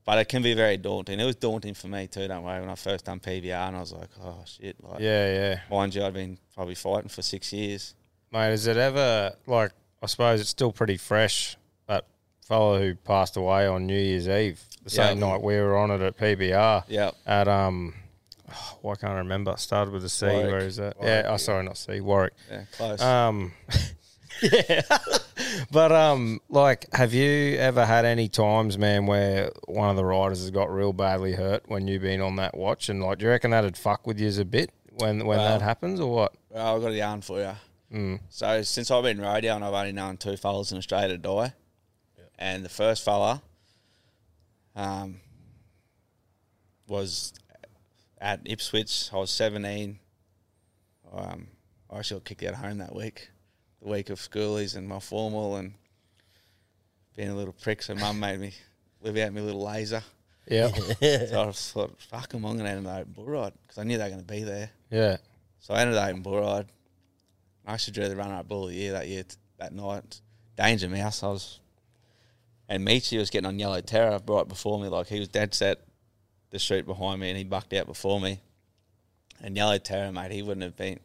but it can be very daunting. It was daunting for me too. Don't worry. When I first done PBR, and I was like, oh shit. Like,
yeah, yeah.
Mind you, I'd been probably fighting for six years.
Mate, is it ever like I suppose it's still pretty fresh that fellow who passed away on New Year's Eve, the same
Yeah.
night we were on it at PBR.
Yeah.
At um oh, why can't I remember? It started with a C,
Warwick.
where is that? yeah, oh sorry, not C, Warwick.
Yeah, close.
Um Yeah. but um like have you ever had any times, man, where one of the riders has got real badly hurt when you've been on that watch and like do you reckon that'd fuck with you a bit when when that happens or what?
well, I've got a yarn for you. So since I've been radio, and I've only known two fellas in Australia to die, and the first fella, um, was at Ipswich. I was seventeen. Um, I actually got kicked out of home that week, the week of schoolies and my formal, and being a little prick. So mum made me live out my little laser.
Yeah.
So I just thought, fuck 'em, I'm gonna end up at Bull Ride because I knew they were gonna be there.
yeah.
So I ended up in Bullride. I actually drew the runner up bull of the year that year t- that night. Danger Mouse. I was and Michi was getting on Yellow Terror right before me. Like he was dead set the street behind me and he bucked out before me. And Yellow Terror, mate, he wouldn't have been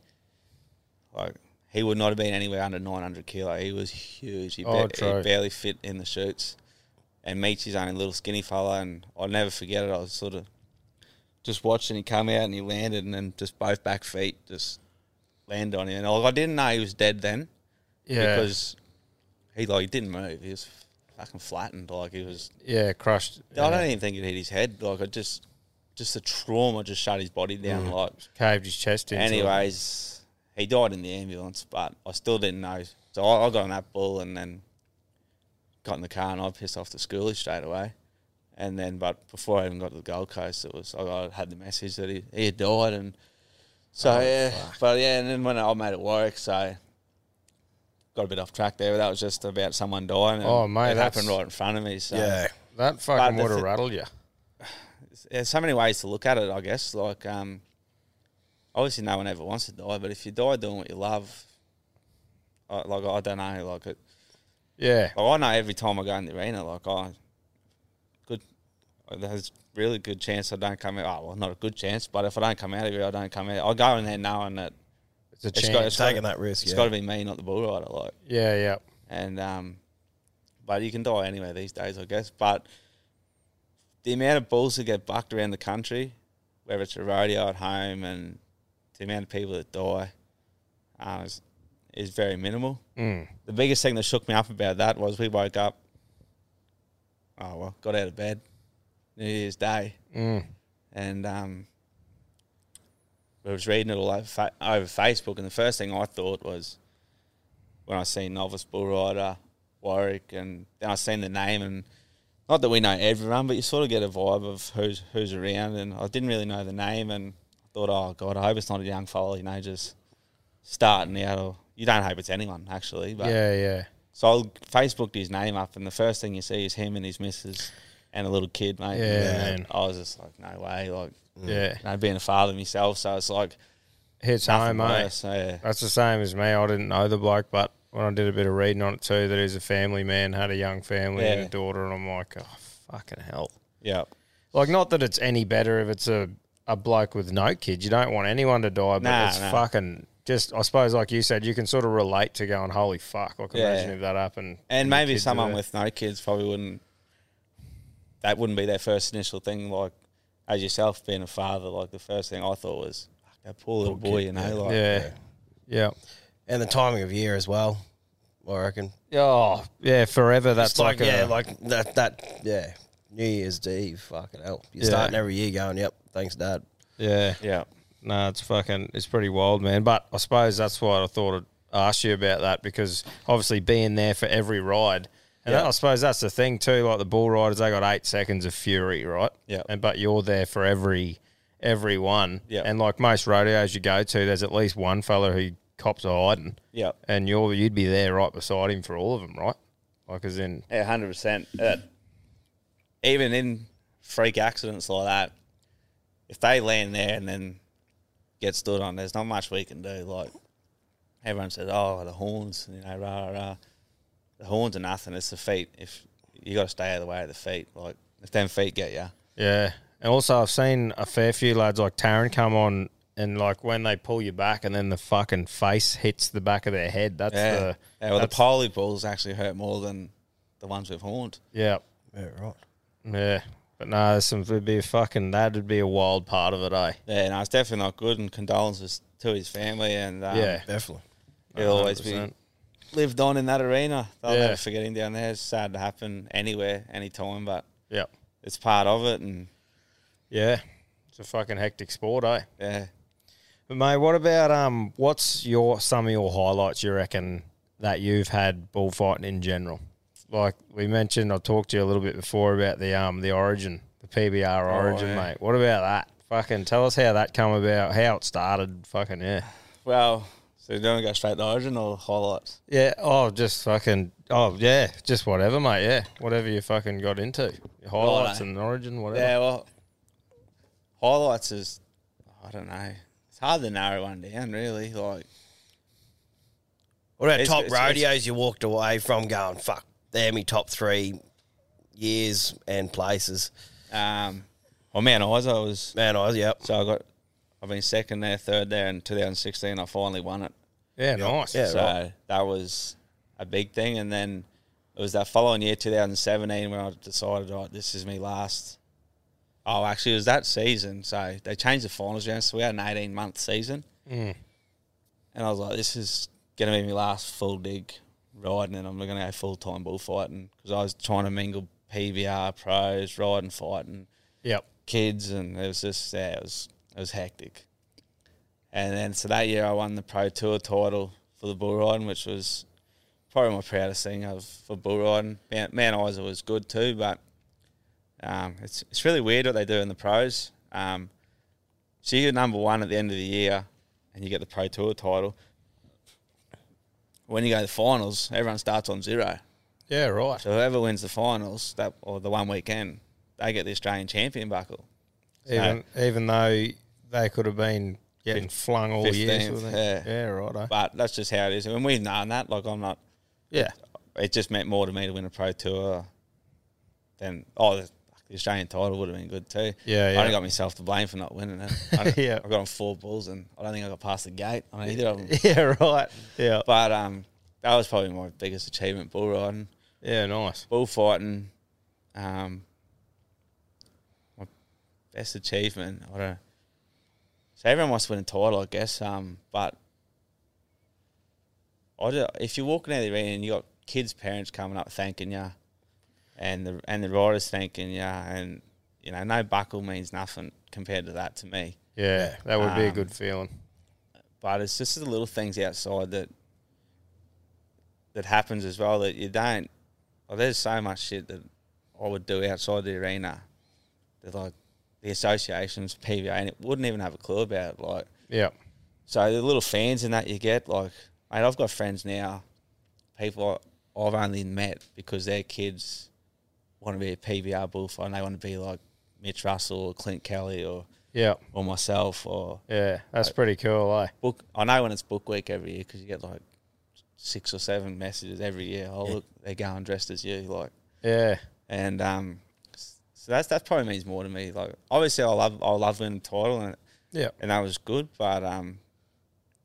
like he would not have been anywhere under nine hundred kilo. He was huge. He,
Oh,
ba-
true.
he barely fit in the shoots. and meets his own little skinny fella, and I'll never forget it. I was sort of just watching him come out, and he landed, and then just both back feet just landed on him, and I, I didn't know he was dead then
Yeah.
because he like he didn't move. He was fucking flattened, like he was.
yeah, crushed.
I don't even think it hit his head. Like I just, just the trauma just shut his body
Mm.
down. Like
Caved his chest in.
Anyways, he died in the ambulance, but I still didn't know. So I, I got an that bull and then got in the car and I pissed off the schoolies straight away. And then, but before I even got to the Gold Coast, it was I got- had the message that he, he had died, and
Oh,
so yeah, but yeah, and then when I made it work, so got a bit off track there. But that was just about someone dying. And
Oh, mate,
it
that's-
happened right in front of me. So
Yeah.
That
But
fucking
the
would have
thi-
rattled you.
there's so many ways to look at it, I guess. Like, um, obviously, no one ever wants to die, but if you die doing what you love, I, like, I don't know, like, it,
Yeah.
like, I know every time I go in the arena, like, I good, there's really good chance I don't come out. Oh, well, not a good chance, but if I don't come out of here, I don't come out. I go in there knowing that
It's a
it's
chance.
got, it's
Taking
got,
that risk,
It's
yeah.
got to be me, not the bull rider, like,
yeah, yeah.
and um, but you can die anywhere these days, I guess. But the amount of bulls that get bucked around the country, whether it's a rodeo at home, and the amount of people that die, uh, is, is very minimal. Mm. The biggest thing that shook me up about that was we woke up. Oh well, got out of bed, New Year's Day, and um, I was reading it all over, fa- over Facebook, and the first thing I thought was when I seen novice bull rider Warwick, and then I seen the name, and not that we know everyone, but you sort of get a vibe of who's who's around, and I didn't really know the name, and I thought, oh god, I hope it's not a young fella, you know, just starting out, or you don't hope it's anyone actually, but
Yeah, yeah.
so I Facebooked his name up, and the first thing you see is him and his missus and a little kid, mate.
Yeah,
And uh,
man. Mm.
I was just like, no way, like,
Yeah.
you know, being a father myself, so it's like
Hits
nothing
home, mate.
worse. So, yeah.
That's the same as me. I didn't know the bloke, but when I did a bit of reading on it too, that he's a family man, had a young family and a
Yeah.
daughter, and I'm like, oh, fucking hell.
yeah.
Like, not that it's any better if it's a, a bloke with no kids. You don't want anyone to die, but
Nah,
it's
nah.
fucking just, I suppose, like you said, you can sort of relate to going, holy fuck. Like,
Yeah.
imagine if that happened.
And
your
maybe
kids are
someone
there.
with no kids probably wouldn't. That wouldn't be their first initial thing. Like as yourself being a father, like the first thing I thought was "Fuck, that poor little boy, you know, like
Yeah. Yeah.
And the timing of year as well, I reckon.
Oh, yeah, forever. That's
It's like, uh,
like
yeah,
a-
like that, that, yeah. New Year's Eve, fucking hell. You're
Yeah.
starting every year going, yep, thanks, Dad.
yeah.
yeah,
No, it's fucking, it's pretty wild, man. But I suppose that's why I thought I'd ask you about that because obviously being there for every ride, and that- I suppose that's the thing too. Like the bull riders, they got eight seconds of fury, right?
Yeah.
And but you're there for every every one.
Yeah.
And like most rodeos you go to, there's at least one fella who cops are hiding.
Yeah.
And you're you'd be there right beside him for all of them, right? Like as in,
yeah, hundred percent. Uh, Even in freak accidents like that, if they land there and then get stood on, there's not much we can do. Like everyone says, oh, the horns, you know, rah rah. rah. The horns are nothing. It's the feet. If you got to stay out of the way of the feet, like if them feet get you.
Yeah. And also, I've seen a fair few lads like Taryn come on and like when they pull you back and then the fucking face hits the back of their head. That's
Yeah.
the.
yeah well, the
that's-
poly balls actually hurt more than the ones with horns.
Yeah.
Yeah, right.
Yeah. But no, there's some, it'd be a fucking, that'd be a wild part of it, eh?
Yeah, no, it's definitely not good. And condolences to his family, and um,
yeah.
Definitely.
he'll always be
100%.
lived on in that arena. They'll
Yeah.
never forget him down there. It's sad to happen anywhere, anytime, but
Yeah.
it's part of it. And
Yeah. It's a fucking hectic sport, eh?
yeah,
But mate, what about um? What's your some of your highlights? You reckon that you've had bullfighting in general? Like we mentioned, I talked to you a little bit before about the um the origin, the PBR origin,
Oh, yeah.
mate. What about that? Fucking tell us how that come about, how it started. Fucking yeah,
well, so you don't wanna go straight to origin or highlights.
yeah. Oh, just fucking oh yeah, just whatever, mate. Yeah, whatever you fucking got into, your highlights
Righto.
and origin, whatever.
Yeah, well, highlights is I don't know. It's hard to narrow one down, really. Like
What about
It's-
top
it's- it's-
rodeos you walked away from going, fuck, they're me top three years and places?
Um, well, man, I was, I was
Man, I was, yep.
so I got, I've been second there, third there in 2016. I finally won it,
Yeah, nice.
Yeah.
so that was a big thing. And then It was that following year, 2017, when I decided, right, this is me last. Oh, actually, it was that season. So they changed the finals round, so we had an 18 month season. And I was like, this is going to be my last full dig riding, and I'm going to go full time bullfighting because I was trying to mingle PBR pros, riding, fighting
Yep.
kids, and it was just yeah, it was it was hectic. And then so that year I won the pro tour title for the bull riding, which was probably my proudest thing of for bull riding. Mount, Mount Isa was good too, but um, it's it's really weird what they do in the pros. Um, so you're number one at the end of the year, and you get the pro tour title. When you go to the finals, everyone starts on zero.
Yeah, right.
So whoever wins the finals that or the one weekend, they get the Australian champion buckle.
Even even though they could have been getting flung all years.
15th,
wouldn't
yeah.
they? yeah, right. eh?
But that's just how it is. And we've known that. Like I'm not.
Yeah.
It just meant more to me to win a pro tour than oh the the Australian title would have been good too.
Yeah,
I
yeah.
only got myself to blame for not winning it. I,
Yeah.
I got on four balls and I don't think I got past the gate on either of them.
Yeah, right. Yeah.
But um, that was probably my biggest achievement bull riding.
Yeah, nice.
bullfighting, um, my best achievement. I don't. So everyone wants to win a title, I guess. Um, but I do if you're walking out of the arena and you got kids' parents coming up thanking you, and the and the riders thanking you, and you know no buckle means nothing compared to that to me.
Yeah, that would be a
Um,
good feeling.
But it's just the little things outside that that happens as well that you don't. Oh, there's so much shit that I would do outside the arena. That like the associations, PVA, and it wouldn't even have a clue about it. Like
Yeah.
so, the little fans and that you get. Like, mate, I've got friends now, people I- I've only met because their kids want to be a PVR bullfighter and they want to be like Mitch Russell or Clint Kelly or
Yeah.
or myself or
Yeah. That's pretty cool, eh?
book. I know when it's book week every year because you get like six or seven messages every year. Oh look, they're going dressed as you, like,
Yeah.
and um, s- so that's that probably means more to me. Like, obviously, I love I love winning the title and
Yeah.
and that was good, but um,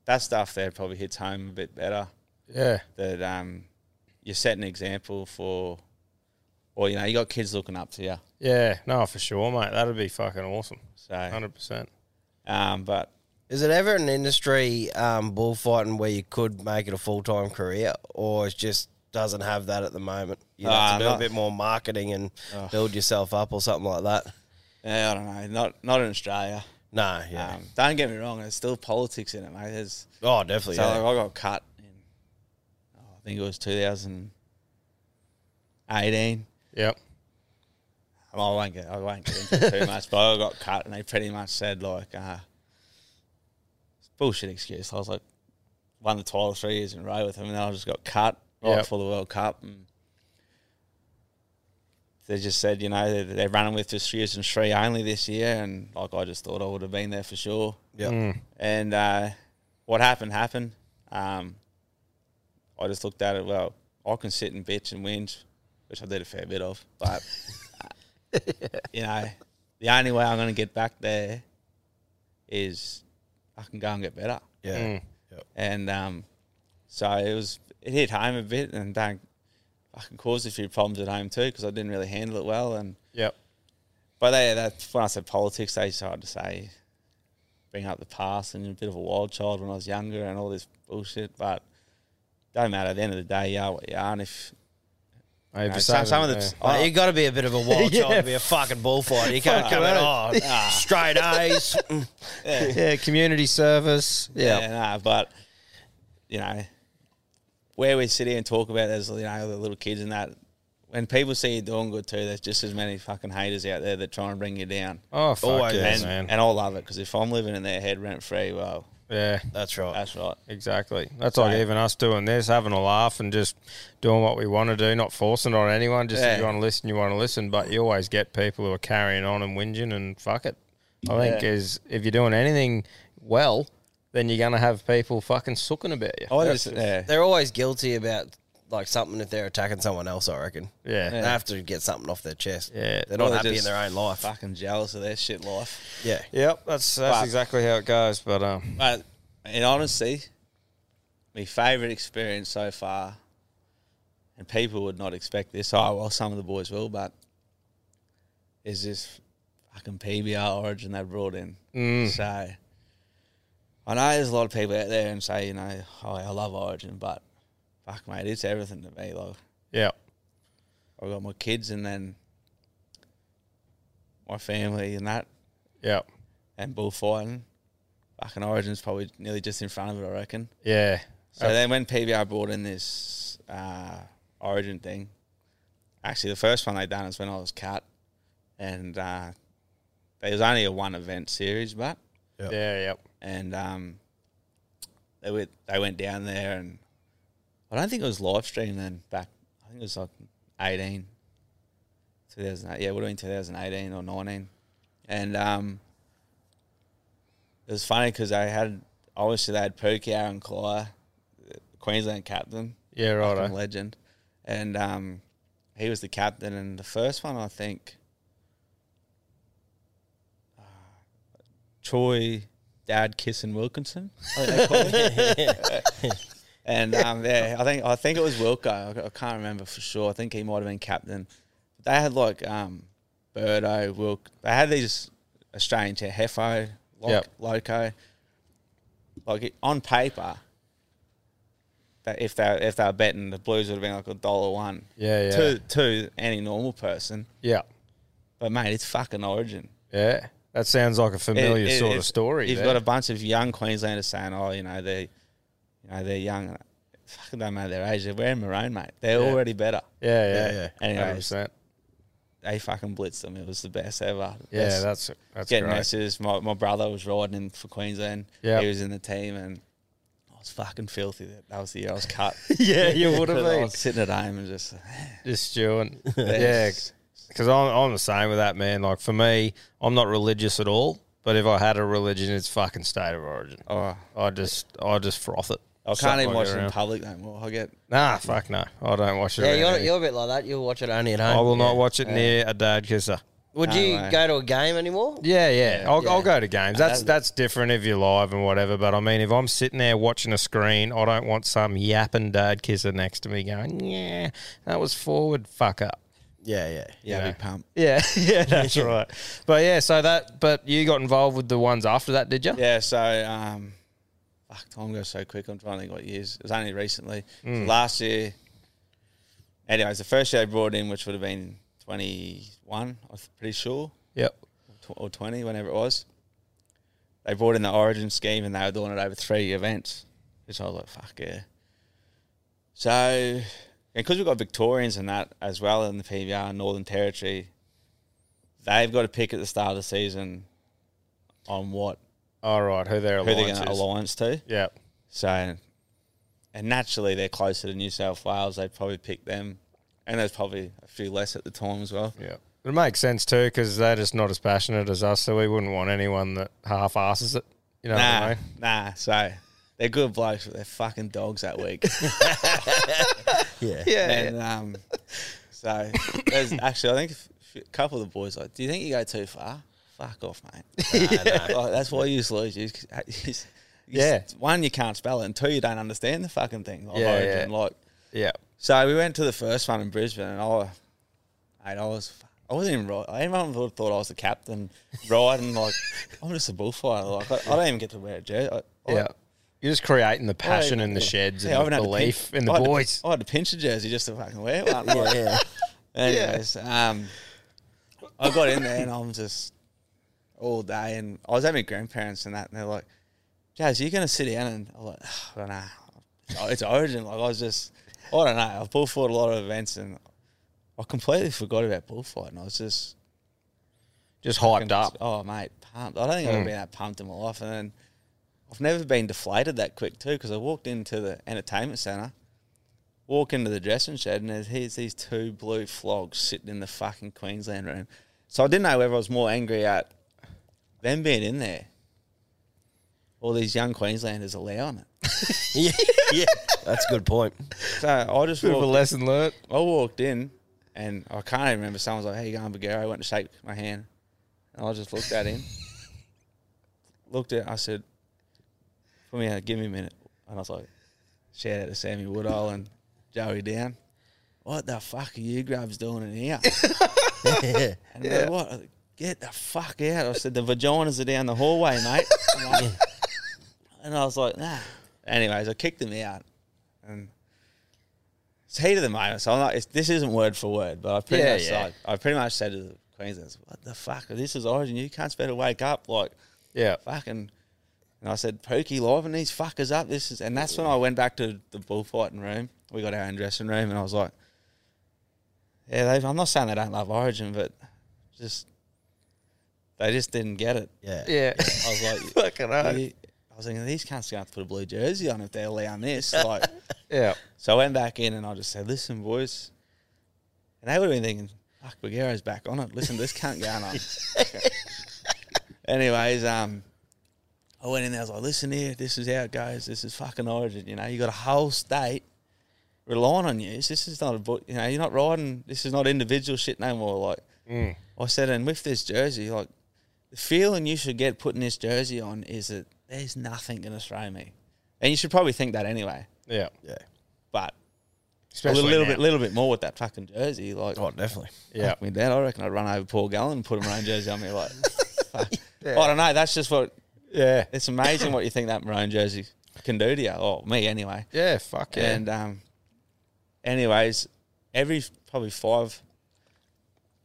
that stuff there probably hits home a bit better.
Yeah.
That um, you set an example for, or you know, you got kids looking up to you.
Yeah. No, for sure, mate. That'd be fucking awesome.
So,
Hundred percent.
um, but
Is it ever an industry um, bullfighting where you could make it a full time career, or it just doesn't have that at the moment? You have to
Ah,
do
no.
a bit more marketing and build yourself up or something like that.
yeah, I don't know, not not in Australia.
No, yeah,
Um, don't get me wrong, there's still politics in it, mate. There's
oh, definitely.
So
yeah.
like, I got cut in, oh, I think it was 2018.
Yep.
I won't get, I won't get into it too much, but I got cut and they pretty much said like, uh, it's a bullshit excuse. I was like, won the title three years in a row with them, and then I just got cut right
Yep.
for the World Cup. And they just said, you know, they're, they're running with just years and three only this year, and like I just thought I would have been there for sure.
Yeah.
And uh, what happened happened. Um, I just looked at it. Well, I can sit and bitch and whinge, which I did a fair bit of. But uh, you know, the only way I'm going to get back there is I can go and get better.
yeah.
And um, so it was. It hit home a bit, and that fucking caused a few problems at home too because I didn't really handle it well. And
Yep.
but they, that's when I said politics, they started to say, bring up the past and a bit of a wild child when I was younger and all this bullshit. But don't matter. At the end of the day, you are what you are. And if you know, some, some of the
Mate, you got to be a bit of a wild child
Yeah.
to be a fucking bullfighter. You can't
Fucking
come in, oh, ah, straight A's. Mm.
yeah, community service.
yeah, nah, uh, but you know where we sit here and talk about there's you know the little kids and that. When people see you doing good too, there's just as many fucking haters out there that try and bring you down.
Oh, fuck
Always.
yeah,
Yes,
and,
man.
and I love it because if I'm living in their head rent free, well,
yeah.
That's right.
that's right.
Exactly. That's like even us doing this, having a laugh and just doing what we want to do, not forcing it on anyone. Just if
Yeah.
you want to listen, you want to listen. But you always get people who are carrying on and whinging and fuck it. I think
Yeah.
is if you're doing anything well, then you're gonna have people fucking sooking about you.
I just, yeah.
They're always guilty about like something if they're attacking someone else. I reckon.
Yeah.
They have to get something off their chest.
Yeah.
They're not
Or they're
happy in
just
their own life.
Fucking jealous of their shit life.
Yeah.
Yep, that's that's
But-
exactly how it goes. But um,
But in honesty, my favourite experience so far and people would not expect this. Oh well, some of the boys will, but is this fucking PBR origin they brought in? So I know there's a lot of people out there and say, you know, oh I love origin, but fuck mate, it's everything to me. Like
Yeah.
I've got my kids and then my family and that
Yeah.
and bullfighting. Fucking Origin's probably nearly just in front of it, I reckon.
Yeah.
So then when PBR brought in this uh, Origin thing, actually the first one they done is when I was cut, and uh, there was only a one event series, but
Yeah. Yep.
and um, they went they went down there and I don't think it was live streamed then back I think it was like 18 2008 yeah it would have been 2018 or 19 and um, it was funny because they had obviously they had Pookie Aaron Clyer the Queensland captain
Yeah.
fucking
Right.
legend. And um, he was the captain. And the first one, I think, uh, Troy, Dad, Kiss, and Wilkinson. I think Oh, they call him. and um, yeah, I think I think it was Wilco. I, I can't remember for sure. I think he might have been captain. They had like um, Birdo, Wilk. They had these Australian chair, Hefo, Loc,
Yep.
Loco. Like it- on paper, that if they if they were betting, the Blues would have been like a dollar one.
Yeah, yeah.
To to any normal person,
Yeah.
but mate, it's fucking Origin.
Yeah. That sounds like a familiar
It- it-
sort of
it's-
story.
You've
there.
got a bunch of young Queenslanders saying, "Oh, you know they, you know they're young." Fucking don't matter their age. They're wearing maroon, mate. They're already better.
yeah, yeah, yeah.
yeah.
Anyways.
100%.
They fucking blitzed them. It was the best ever.
Yeah,
Best-
that's that's
getting
great.
messages. My my brother was riding in for Queensland.
Yeah.
he was in the team, and I was fucking filthy. That, that was the year I was cut.
Yeah, you would have
I
been
was sitting at home and just
just stewing. yeah, because I'm I'm the same with that man. Like for me, I'm not religious at all. But if I had a religion, it's fucking state of origin.
oh.
I just I just froth it.
I can't
Something
even
like
watch it in
around.
public no more. I get
Nah, fuck no. I don't watch it.
Yeah,
around
you're,
any-
you're a bit like that. You'll watch it only at home.
I will
Yeah.
not watch it near a dad kisser.
Would
No
you
way.
go to a game anymore?
Yeah, yeah. I'll,
Yeah.
I'll go to games. That's that's different if you're live and whatever. But I mean, if I'm sitting there watching a screen, I don't want some yapping dad kisser next to me going, "Yeah, that was forward, fuck up."
Yeah, yeah.
yeah,
Yeah.
big pump.
Yeah, yeah, that's right. But yeah, so that but you got involved with the ones after that, did you?
Yeah, so um, fuck, time goes so quick. I'm trying to think what years. It was only recently. So
Hmm.
last year. Anyways, the first year they brought in, which would have been 21, I'm pretty sure,
Yep.
tw- or 20, whenever it was. They brought in the Origin scheme and they were doing it over three events, which I was like, fuck yeah. So, and because we've got Victorians and that as well in the PBR, Northern Territory, they've got to pick at the start of the season on what
All right, who their
who
alliance
they're going to
is.
alliance to.
Yep.
So, and naturally, they're closer to New South Wales. They probably picked them, and there's probably a few less at the time as well.
Yeah. It makes sense too because they're just not as passionate as us, so we wouldn't want anyone that half asses it. You know what I
Nah,
mean?
nah. So they're good blokes, but they're fucking dogs that week.
Yeah.
and um, so there's actually, I think f- a couple of the boys like, "Do you think you go too far? Fuck off, mate. Like, that's why you lose. You, you,
Yeah.
One, you can't spell it, and two, you don't understand the fucking thing. Like,
Yeah,
origin,
yeah.
like.
Yeah.
So we went to the first one in Brisbane, and I, mate, I was, I wasn't even right. Everyone would have thought I was the captain, riding like I'm just a bullfighter. Like I, I don't even get to wear a jersey. I, I-
Yeah. You're just creating the
I don't
passion
even-
in the sheds
Yeah, I
and
haven't
the
had to
belief
pinch-
in the
I had to-
boys.
I had to pinch a jersey just to fucking wear one. Like,
Yeah.
Anyways, um, I got in there and I'm just all day, and I was at my grandparents and that, and they're like, "Jazz, you're gonna sit down," and I'm like, "Ah, "I don't know, It's- it's Origin." Like I was just, I don't know. I've pulled forward a lot of events, and I completely forgot about bullfighting. I was just
Just hyped up. Hmm.
Oh mate, pumped. I don't think I've ever been that pumped in my life, and then I've never been deflated that quick too. Because I walked into the entertainment center, walk into the dressing shed, and there's here's these two blue flogs sitting in the fucking Queensland room. So I didn't know whether I was more angry at them being in there, or these young Queenslanders allowing it.
yeah. yeah. That's a good point.
So I just
Bit of a
walked,
lesson learnt.
I walked in, and I can't even remember. Someone was like, "Hey, you going, Bagheera?" I went to shake my hand, and I just looked at him. looked at. I said, "Put me out. Give me a minute." And I was like, "Shout out to Sammy Woodall and Joey Down." what the fuck are you grabs doing in here? And they're like, what? Get the fuck out. I said, the vaginas are down the hallway, mate. And I- and I was like, nah. Anyways, I kicked him out. And it's heat of the moment. So I'm like, it's, this isn't word for word, but I pretty
Yeah,
much
yeah.
like, I pretty much said to the Queenslanders, what the fuck? This is Origin. You cunts better wake up. Like,
Yeah.
fucking. And I said, Pookie, liven these fuckers up. This is, and that's when I went back to the bullfighting room. We got our own dressing room, and I was like, yeah, they've, I'm not saying they don't love Origin, but just they just didn't get it.
Yeah.
Yeah.
I was like,
Fucking hell.
you- I was thinking these cunts are going to put a blue jersey on if they're allowing this. Like,
Yeah.
so I went back in and I just said, listen, boys, and they would have been thinking, fuck, Baguero's back on it. Listen, to this cunt going on. Anyways, um, I went in there. I was like, listen here, this is how it goes. This is fucking origin. You know, you got a whole state relying on you. This is not a book. You know, you're not riding. This is not individual shit no more. Like I said, and with this jersey, like the feeling you should get putting this jersey on is that there's nothing going to throw me, and you should probably think that anyway.
Yeah.
Yeah.
But
Especially
a little, bit,
now.
little bit more with that fucking jersey. Like,
Oh, definitely.
Yeah.
I mean, Dad, I reckon I'd run over Paul Gallen and put him own jersey on me. Like, fuck. I don't know. That's just what.
Yeah.
It's amazing what you think that maroon jersey can do to you, or me anyway.
Yeah. Fuck yeah.
And um, anyways, every probably five,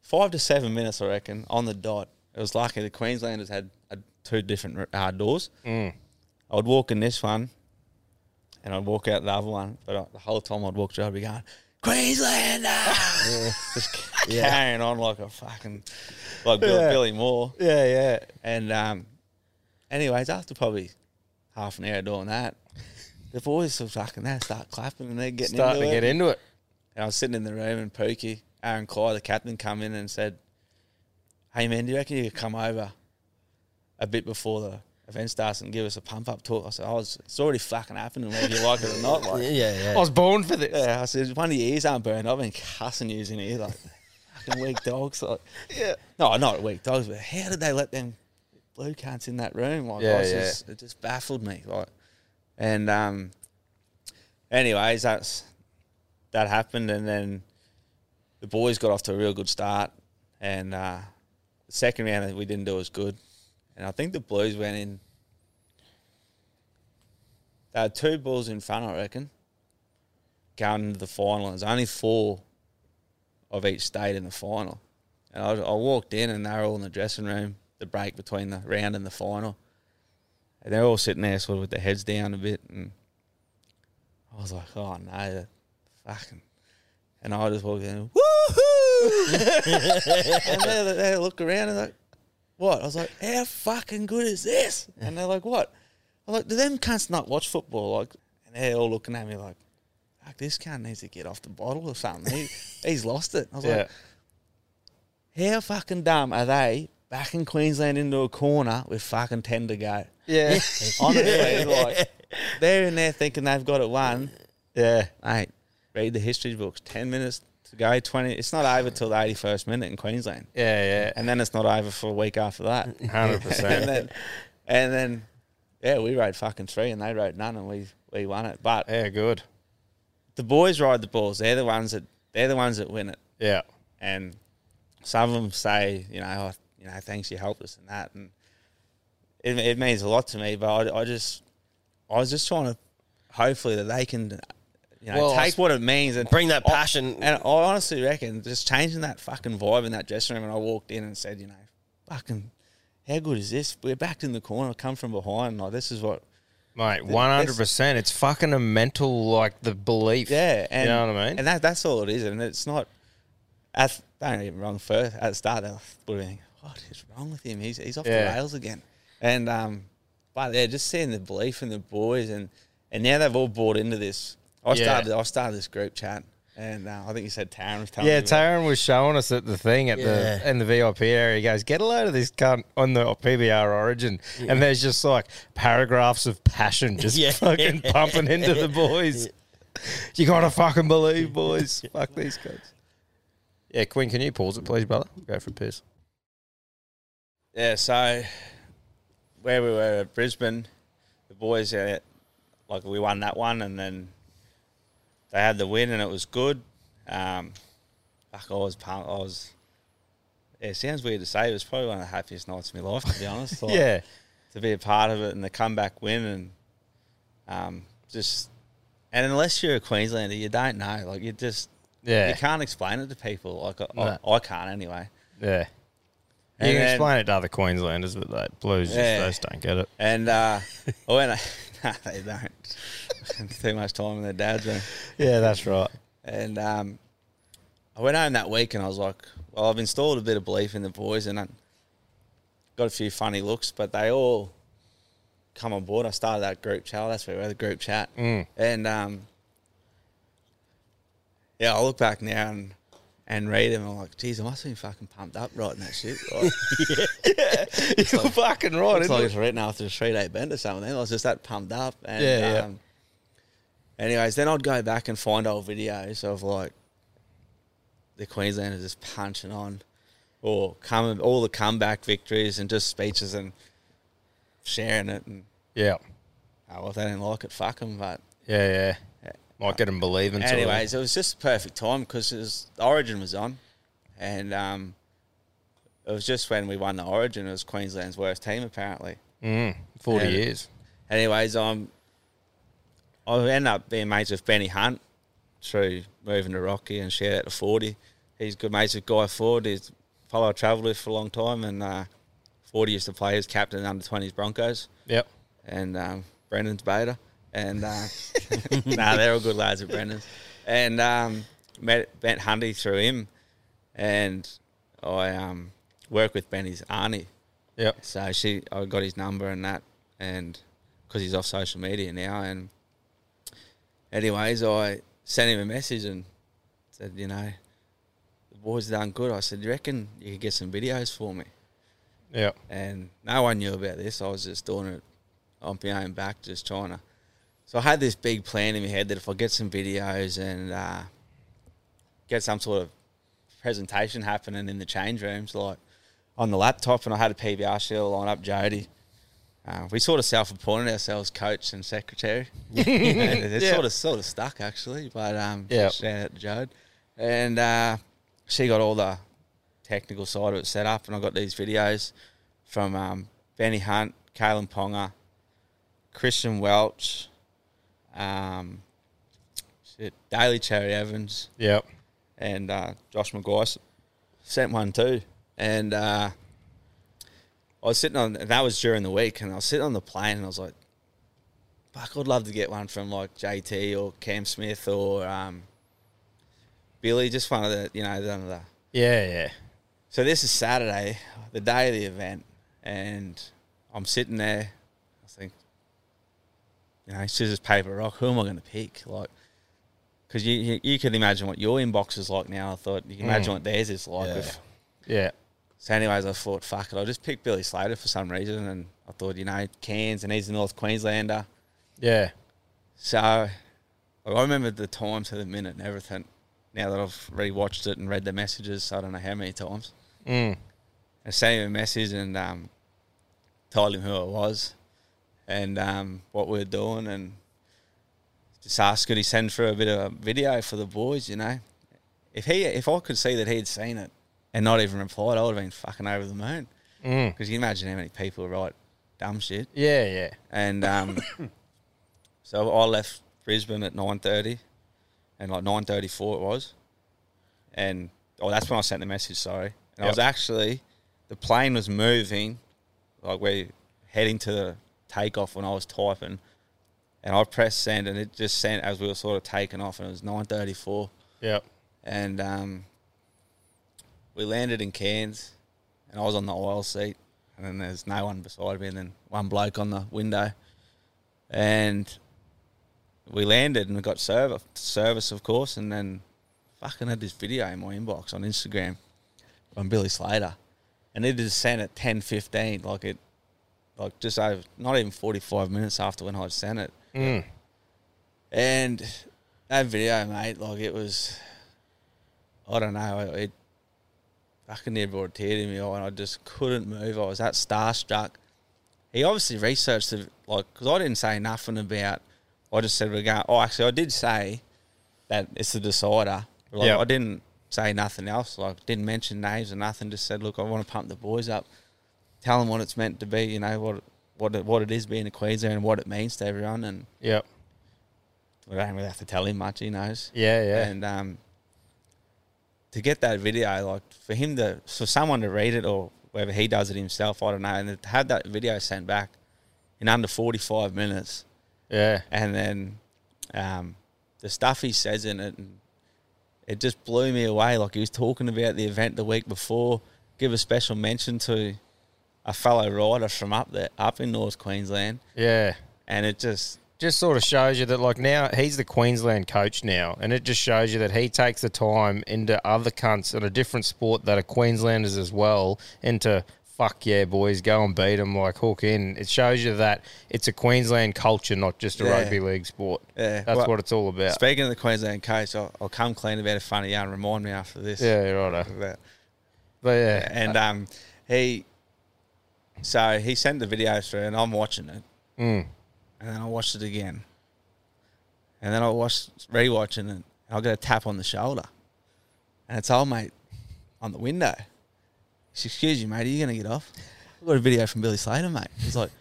five to seven minutes, I reckon, on the dot. It was lucky the Queenslanders had uh, two different uh, doors.
Mm.
I would walk in this one, and I'd walk out the other one. But I, the whole time I'd walk through, I'd be going Queenslander, just c- carrying on like a fucking like Bill,
Yeah.
Billy Moore.
yeah. Yeah.
And um, anyways, after probably half an hour doing that, the boys were fucking they start clapping and they're getting
Starting to
into
get
it.
into it.
And I was sitting in the room and Pookie, Aaron Clyde, the captain, come in and said, "Hey man, do you reckon you could come over a bit before the event starts and give us a pump up talk?" I said, "Oh, it's, it's already fucking happening, whether you like it or not." Like,
Yeah, yeah.
I was born for this.
yeah, I said, one of your ears aren't burned. I've been cussing yous in here like fucking weak dogs. Like, yeah. No, not weak dogs, but how did they let them blue cunts in that room? Like,
Yeah,
I was
yeah.
Just, it just baffled me. Like, and um, anyways, that's that happened, and then the boys got off to a real good start, and uh, the second round we didn't do as good, and I think the Blues went in. They had two balls in front, I reckon going into the final. There's only four of each state in the final. And I, I walked in and they were all in the dressing room, the break between the round and the final. And they're all sitting there sort of with their heads down a bit. And I was like, oh no, that fucking. And I just walked in, woohoo! and they, they look around and like, what? I was like, how fucking good is this? And they're like, what? I'm like, do them cunts not watch football? Like, and they're all looking at me like, fuck, this cunt needs to get off the bottle or something. He, he's lost it. I was
Yeah.
like, how fucking dumb are they backing Queensland into a corner with fucking 10 to go?
Yeah.
Honestly, like, they're in there thinking they've got it won.
yeah.
Mate, read the history books. 10 minutes to go, 20. It's not over till the 81st minute in Queensland.
Yeah. Yeah.
And then it's not over for a week after that.
Hundred
and
percent.
then, and then, yeah, we rode fucking three and they rode none and we, we won it. But
Yeah. Good.
the boys ride the balls. They're the ones that they're the ones that win it.
Yeah.
And some of them say, you know, oh, you know, thanks you helped us and that, and it, it means a lot to me. But I, I just, I was just trying to, hopefully that they can, you know,
Well, I
take
s-
what it means and
Bring that passion.
and I honestly reckon just changing that fucking vibe in that dressing room. And I walked in and said, you know, fucking, how good is this? We're backed in the corner, come from behind. Like this is what
Mate, one hundred percent. It's fucking a mental like the belief.
Yeah, and,
you know what I mean.
And that that's all it is, and it's not. At th- don't get me wrong. First at the start, they were thinking, "What is wrong with him? He's he's off
Yeah.
the rails again." And um, but yeah, just seeing the belief in the boys, and and now they've all bought into this. I
Yeah.
started I started this group chat, and uh, I think you said Taryn was telling
yeah,
me about-
Taryn was showing us at the thing at the
Yeah.
in the VIP area. He goes, "Get a load of this cunt on the PBR Origin," and there's just like paragraphs of passion just
Yeah.
fucking pumping into the boys. You gotta fucking believe, boys. Fuck these guys. Yeah, Quinn, can you pause it, please, brother? Go for a piss.
yeah. So where we were at Brisbane, the boys uh, yeah, like we won that one, and then they had the win, and it was good. Um, fuck, I was, pumped. I was. It sounds weird to say, it was probably one of the happiest nights of my life, to be honest. Like,
yeah.
to be a part of it and the comeback win and um, just and unless you're a Queenslander, you don't know. Like you just
Yeah.
you can't explain it to people. Like I, I, I can't anyway.
Yeah. You
And
can
then-
explain it to other Queenslanders, but they Blues
Yeah.
just, they just don't get it.
And uh, I went. no, they don't. Too much time in their dad's room.
Yeah, that's right.
And um, I went home that week and I was like, well, I've installed a bit of belief in the boys and I got a few funny looks, but they all come on board. I started that group chat. That's where we had the group chat. And um, yeah, I look back now and, and read them. I'm like, geez, I must have been fucking pumped up writing that shit. Like,
You're fucking right.
it's
Isn't
like
it?
it's written after a three day bend or something. I was just that pumped up. And,
Yeah, yeah.
Um, anyways, then I'd go back and find old videos of like the Queenslanders just punching on, or come all the comeback victories and just speeches and sharing it. And
Yeah.
oh, well, if they didn't like it, fuck them. But
Yeah, yeah. Might get them believing. sort of.
anyways, it was just a perfect time because it was Origin was on, and um, it was just when we won the Origin. It was Queensland's worst team apparently.
Mm, forty
yeah.
years.
Anyways, I'm I ended up being mates with Benny Hunt through moving to Rocky and shout out to Forty. He's good mates with Guy Ford. He's a fellow I travelled with for a long time, and uh, Forty used to play as captain under twenties Broncos,
Yep.
and um, Brendan's beta, and uh, nah, they're all good lads at Brendan's, and um, met met Hunty through him, and I um, work with Benny's auntie.
Yep.
So she, I got his number and that, and because he's off social media now. And anyways, I sent him a message and said, you know, the boys done good. I said, you reckon you could get some videos for me?
Yep.
And no one knew about this. I was just doing it on my own back, just trying to. So I had this big plan in my head that if I get some videos and uh, get some sort of presentation happening in the change rooms, like on the laptop, and I had a PBR shield line up Jody. Uh, we sort of self-appointed ourselves coach and secretary. and it's sort of sort of stuck actually, but um,
Yeah.
shout out to Jode. And uh, she got all the technical side of it set up, and I got these videos from um, Benny Hunt, Kalen Ponga, Christian Welch, um, shit, Daily Cherry Evans,
Yep.
and uh, Josh McGuire sent one too. And uh, I was sitting on, and that was during the week, and I was sitting on the plane and I was like, fuck, I'd love to get one from like JT or Cam Smith or um, Billy, just one of the, you know, one of the
Yeah, yeah.
so this is Saturday, the day of the event, and I'm sitting there. I think, you know, scissors, paper, rock. Who am I going to pick? Like, because you, you you can imagine what your inbox is like now. I thought you can imagine what theirs is like. if-
Yeah.
so, anyways, I thought, fuck it, I'll just pick Billy Slater for some reason, and I thought, you know, Cairns, and he's a North Queenslander.
Yeah.
So like, I remember the time to the minute and everything. Now that I've rewatched it and read the messages, I don't know how many times. Mm. I sent him a message and um, told him who I was and um, what we are doing, and just asked could he send through a bit of a video for the boys. You know, if he if I could see that he'd seen it and not even replied, I would have been fucking over the moon. Because you imagine how many people write dumb shit
Yeah, yeah.
and um, so I left Brisbane at nine thirty, and like nine thirty four it was, and oh that's when I sent the message. Sorry, and I was actually the plane was moving, like we're heading to the takeoff when I was typing, and I pressed send, and it just sent as we were sort of taking off, and it was nine thirty four
Yep.
and um, we landed in Cairns, and I was on the aisle seat, and then there's no one beside me, and then one bloke on the window, and we landed and we got service, service of course, and then fucking had this video in my inbox on Instagram from Billy Slater, and it just sent at ten fifteen, like it, like just over not even forty five minutes after when I sent it, and that video, mate, like it was I don't know. It, it fucking near brought a tear to me, eye, and I just couldn't move. I was that starstruck. He obviously researched the like because I didn't say nothing about. I just said we're going. Oh, actually, I did say that it's the decider. Like,
Yeah.
I didn't say nothing else. Like didn't mention names or nothing. Just said, look, I want to pump the boys up. Tell them what it's meant to be. You know what what it, what it is being a Queenslander and what it means to everyone. And
Yeah.
we don't really have to tell him much. He knows.
Yeah, yeah.
And um, to get that video, like for him to, for someone to read it or whether he does it himself, I don't know. And to have that video sent back in under 45 minutes.
yeah.
And then um, the stuff he says in it, and it just blew me away. Like he was talking about the event the week before, give a special mention to a fellow rider from up there, up in North Queensland.
Yeah.
And it just,
just sort of shows you that like now he's the Queensland coach now, and it just shows you that he takes the time into other cunts in a different sport that are Queenslanders as well, into fuck yeah boys, go and beat them like hook in. It shows you that it's a Queensland culture, not just a
Yeah.
rugby league sport.
Yeah.
that's
Well,
what it's all about.
Speaking of the Queensland coach, I'll, I'll come clean about a funny yarn. Remind me after this.
yeah, right.
But-
But yeah,
And um, he, so he sent the video through, and I'm watching it,
Mm.
and then I watched it again, and then I watched rewatching it. And I got a tap on the shoulder, and it's old mate on the window. She, excuse you, mate. Are you gonna get off? I got a video from Billy Slater, mate. He's like,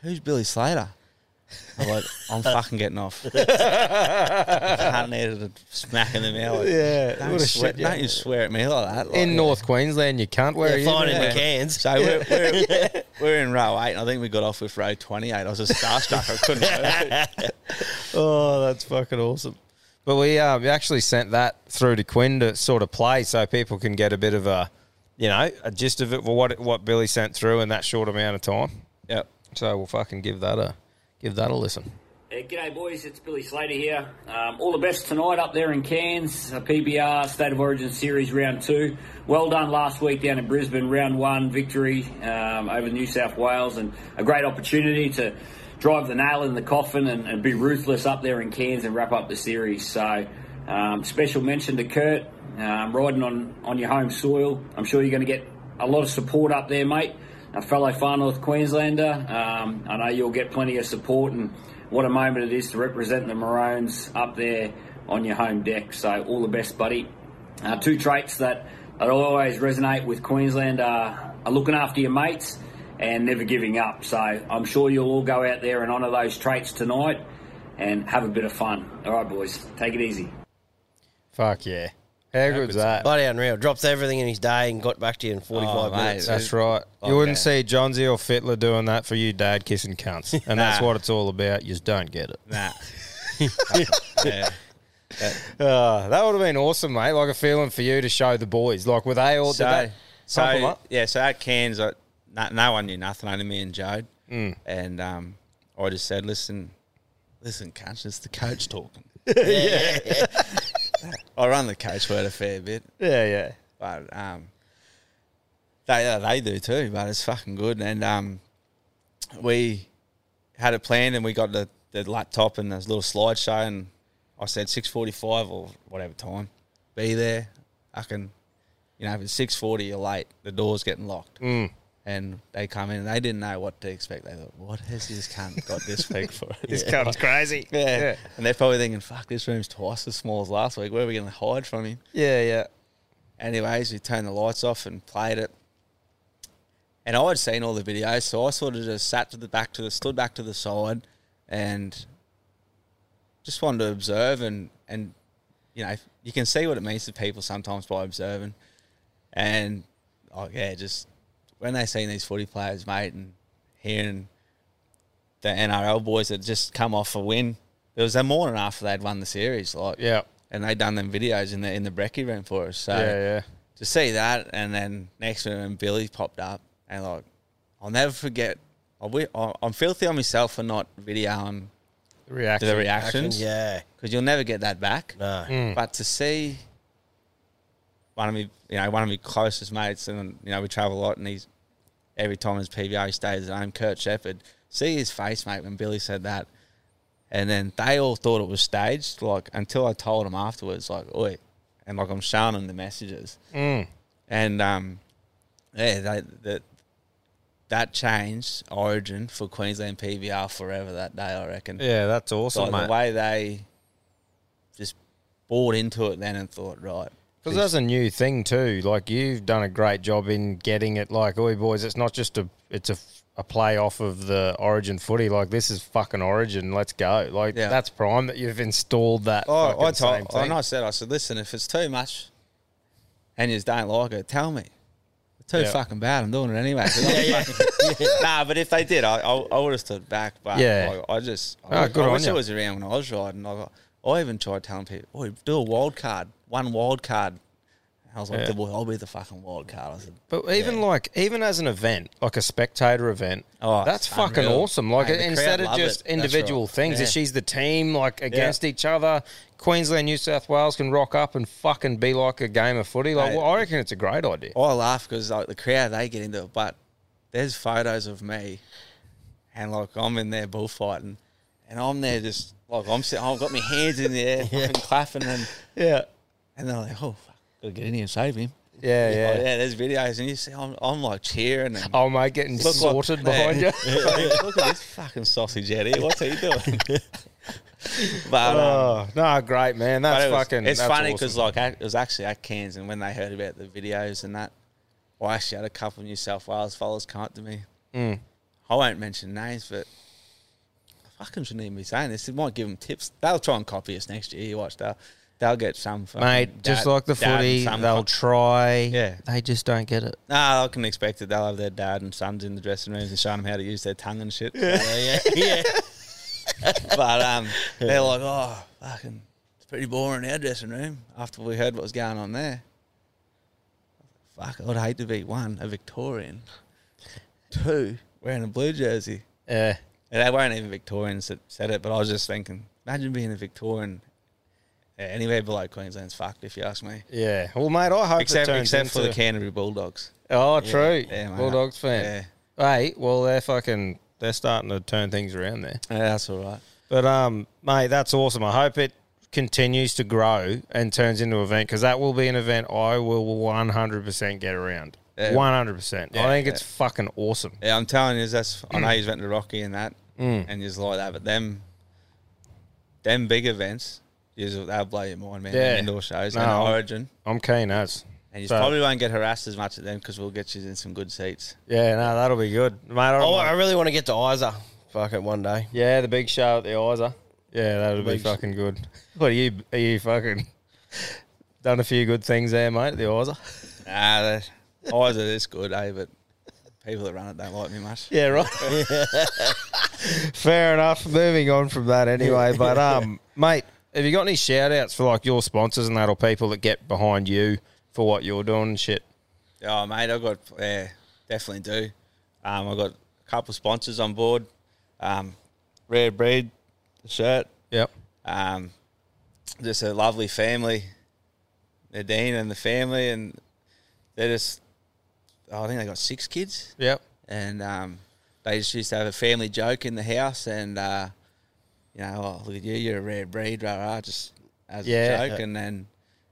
who's Billy Slater? I'm like, I'm fucking getting off. I needed a smack in the mouth.
Yeah,
don't,
what a
swear,
shit, yeah.
don't you swear at me like that. Like,
in North Queensland, you can't wear
Yeah, fine
you?
in the cans.
so we're, we're, we're in row eight, and I think we got off with row 28. I was just starstruck. I couldn't move.
Oh, that's fucking awesome. But we uh, we actually sent that through to Quinn to sort of play so people can get a bit of a, you know, a gist of it, what what Billy sent through in that short amount of time.
Yep.
So we'll fucking give that a give that a listen.
Uh, g'day, boys. It's Billy Slater here. Um, all the best tonight up there in Cairns, uh, PBR State of Origin Series Round Two. Well done last week down in Brisbane, Round One victory um, over New South Wales, and a great opportunity to drive the nail in the coffin and, and be ruthless up there in Cairns and wrap up the series. So, um, special mention to Kurt um, riding on on your home soil. I'm sure you're going to get a lot of support up there, mate. A fellow Far North Queenslander, um, I know you'll get plenty of support and what a moment it is to represent the Maroons up there on your home deck. So all the best, buddy. Uh, two traits that that always resonate with Queensland are, are looking after your mates and never giving up. So I'm sure you'll all go out there and honour those traits tonight and have a bit of fun. All right, boys, take it easy.
Fuck yeah! How good's that?
Bloody unreal. Drops everything in his day and got back to you in 45
Oh, mate,
minutes.
That's right. You wouldn't see Johnsy or Fittler doing that for you, Dad, kissing cunts, and that's
Nah.
what it's all about. You just don't get it.
Nah. yeah.
Uh, that would have been awesome, mate. Like a feeling for you to show the boys. Like were they all?
So,
did they pump 'em
so
up?
yeah, so at Cairns, I, no, no one knew nothing, only me and Jode.
Hmm.
And um, I just said, listen, listen, coach, it's the coach talking. I run the coach word a fair bit.
yeah, yeah.
But um, they uh, they do too. But it's fucking good. And um, we had it planned, and we got the, the laptop and this little slideshow, and I said six forty five or whatever time, be there. I can, you know, if it's six forty, you're late. The door's getting locked. Mm. And they come in and they didn't know what to expect. They thought, "What has this cunt got this week for it?"
This cunt's crazy.
yeah.
yeah,
and they're probably thinking, "Fuck, this room's twice as small as last week. Where are we going to hide from him?"
yeah, yeah.
anyways, we turned the lights off and played it. And I had seen all the videos, so I sort of just sat to the back to the stood back to the side, and just wanted to observe and and you know you can see what it means to people sometimes by observing, and oh yeah, just when they seen these footy players, mate, and hearing the NRL boys that just come off a win. It was the morning after they'd won the series, like
Yeah.
and they done them videos in the in the brekkie room for us. So
Yeah, yeah.
to see that, and then next minute when Billy popped up, and like I'll never forget. I wi- I- I'm filthy on myself for not videoing
Reaction.
the reactions because
yeah.
you'll never get that back.
No.
But to see one of me, you know, one of my closest mates, and you know, we travel a lot, and he's every time his PVA he stays at home, Kurt Shepherd. See his face, mate, when Billy said that, and then they all thought it was staged. Like until I told them afterwards, like, oi, and like I'm showing them the messages, and um, yeah, they that that changed Origin for Queensland PVR forever that day. I reckon.
Yeah, that's awesome,
Like,
mate.
the way they just bought into it then and thought, right,
Because that's a new thing too. Like you've done a great job in getting it. Like, oi boys, it's not just a it's a a play off of the Origin footy. Like this is fucking Origin. Let's go. Like
Yeah.
that's prime that you've installed that.
Oh,
fucking
I
same
told,
thing.
and I said, I said, listen, if it's too much and you just don't like it, tell me. It's too
Yeah.
fucking bad. I'm doing it anyway. 'Cause I'm fucking- nah, but if they did, I, I, I would have stood back. But
Yeah.
like, I just,
Oh,
I,
good
I
on
wish
ya.
it was around when I was riding. I, got- I even tried telling people, oh, do a wild card, one wild card. I was like,
Yeah.
well, I'll be the fucking wild card. I said,
But even like even as an event, like a spectator event,
Oh,
that's
it's
fucking
unreal.
awesome. Like
Mate, the
instead
crowd
of
love
just
it. That's
individual
right.
things,
Yeah.
if she's the team like against each other, Queensland, New South Wales can rock up and fucking be like a game of footy. Like
Mate.
well, I reckon it's a great idea.
I laugh because like the crowd they get into it, but there's photos of me, and like I'm in there bullfighting, and I'm there just like I'm sitting, I've got my hands in the air, fucking clapping, and
Yeah,
and they're like, oh, fuck, gotta get in here and save him.
yeah,
Yeah,
yeah.
yeah there's videos, and you see, I'm, I'm like cheering and.
Oh mate, getting
Look what-
sorted
yeah.
behind you.
Look at this fucking sausage out here. What's he doing? but um,
Oh, no, great man.
But
That's
it was-
fucking.
It's
that's
funny
awesome.
because like I, it was actually at Cairns, and when they heard about the videos and that, I actually had a couple of New South Wales fellas come up to me.
Mm.
I won't mention names, but I fucking shouldn't even be saying this. It might give them tips. They'll try and copy us next year. You watch that. They'll get some fucking
mate, just
dad-
like the
dad and
footy,
son
they'll
cop-
try.
Yeah.
they just don't get it.
Nah, I can expect it. They'll have their dad and sons in the dressing rooms and showing them how to use their tongue and shit.
Yeah, yeah,
but um, they're like, oh, fucking, it's pretty boring in our dressing room after we heard what was going on there. Fuck, I'd hate to be one, a Victorian, two, wearing a blue jersey.
Yeah,
And they weren't even Victorians that said it, but I was just thinking, imagine being a Victorian yeah, anywhere below Queensland's fucked, if you ask me.
yeah. Well, mate, I hope
Except,
it turns
except for the
into-
Canterbury Bulldogs.
Oh, true.
Yeah, mate.
Bulldogs fan. Hey, well, they're fucking. They're starting to turn things around there.
Yeah, that's all right.
But um, mate, that's awesome. I hope it continues to grow and turns into an event because that will be an event I will one hundred percent get around.
Yeah.
One hundred percent. I
Yeah,
think
yeah.
it's fucking awesome.
Yeah, I'm telling you, that's I know he's went to Rocky and that,
Mm.
and just like that. But them, them big events, yous- they'll blow your mind, man. them
Yeah.
indoor shows
No,
and
I'm-
Origin,
I'm keen as.
and you
So-
probably won't get harassed as much at them because we'll get you in some good seats.
Yeah, no, that'll be good, mate. I don't
Oh,
uh,
mind.
I really want to get to Isa. Fuck it, one day.
Yeah, the big show at the Isa. Yeah, that'll be
Big-
fucking good. What are you? Are you fucking done a few good things there, mate? At the Isa.
Nah, the eyes are this good, eh? But people that run it don't like me much.
Yeah, right. Fair enough. Moving on from that, anyway. But um, mate, have you got any shout outs for like your sponsors and that, or people that get behind you for what you're doing and shit?
Oh, mate, I've got, yeah, definitely do. Um, I've got a couple sponsors on board. Um, Rare Breed, the shirt.
Yep.
um, just a lovely family, Nadine and the family, and they just, oh, I think they got six kids,
Yep.
and um, they just used to have a family joke in the house, and uh, you know, oh, look at you, you're a rare breed, rah rah, just as
Yeah.
a joke, and then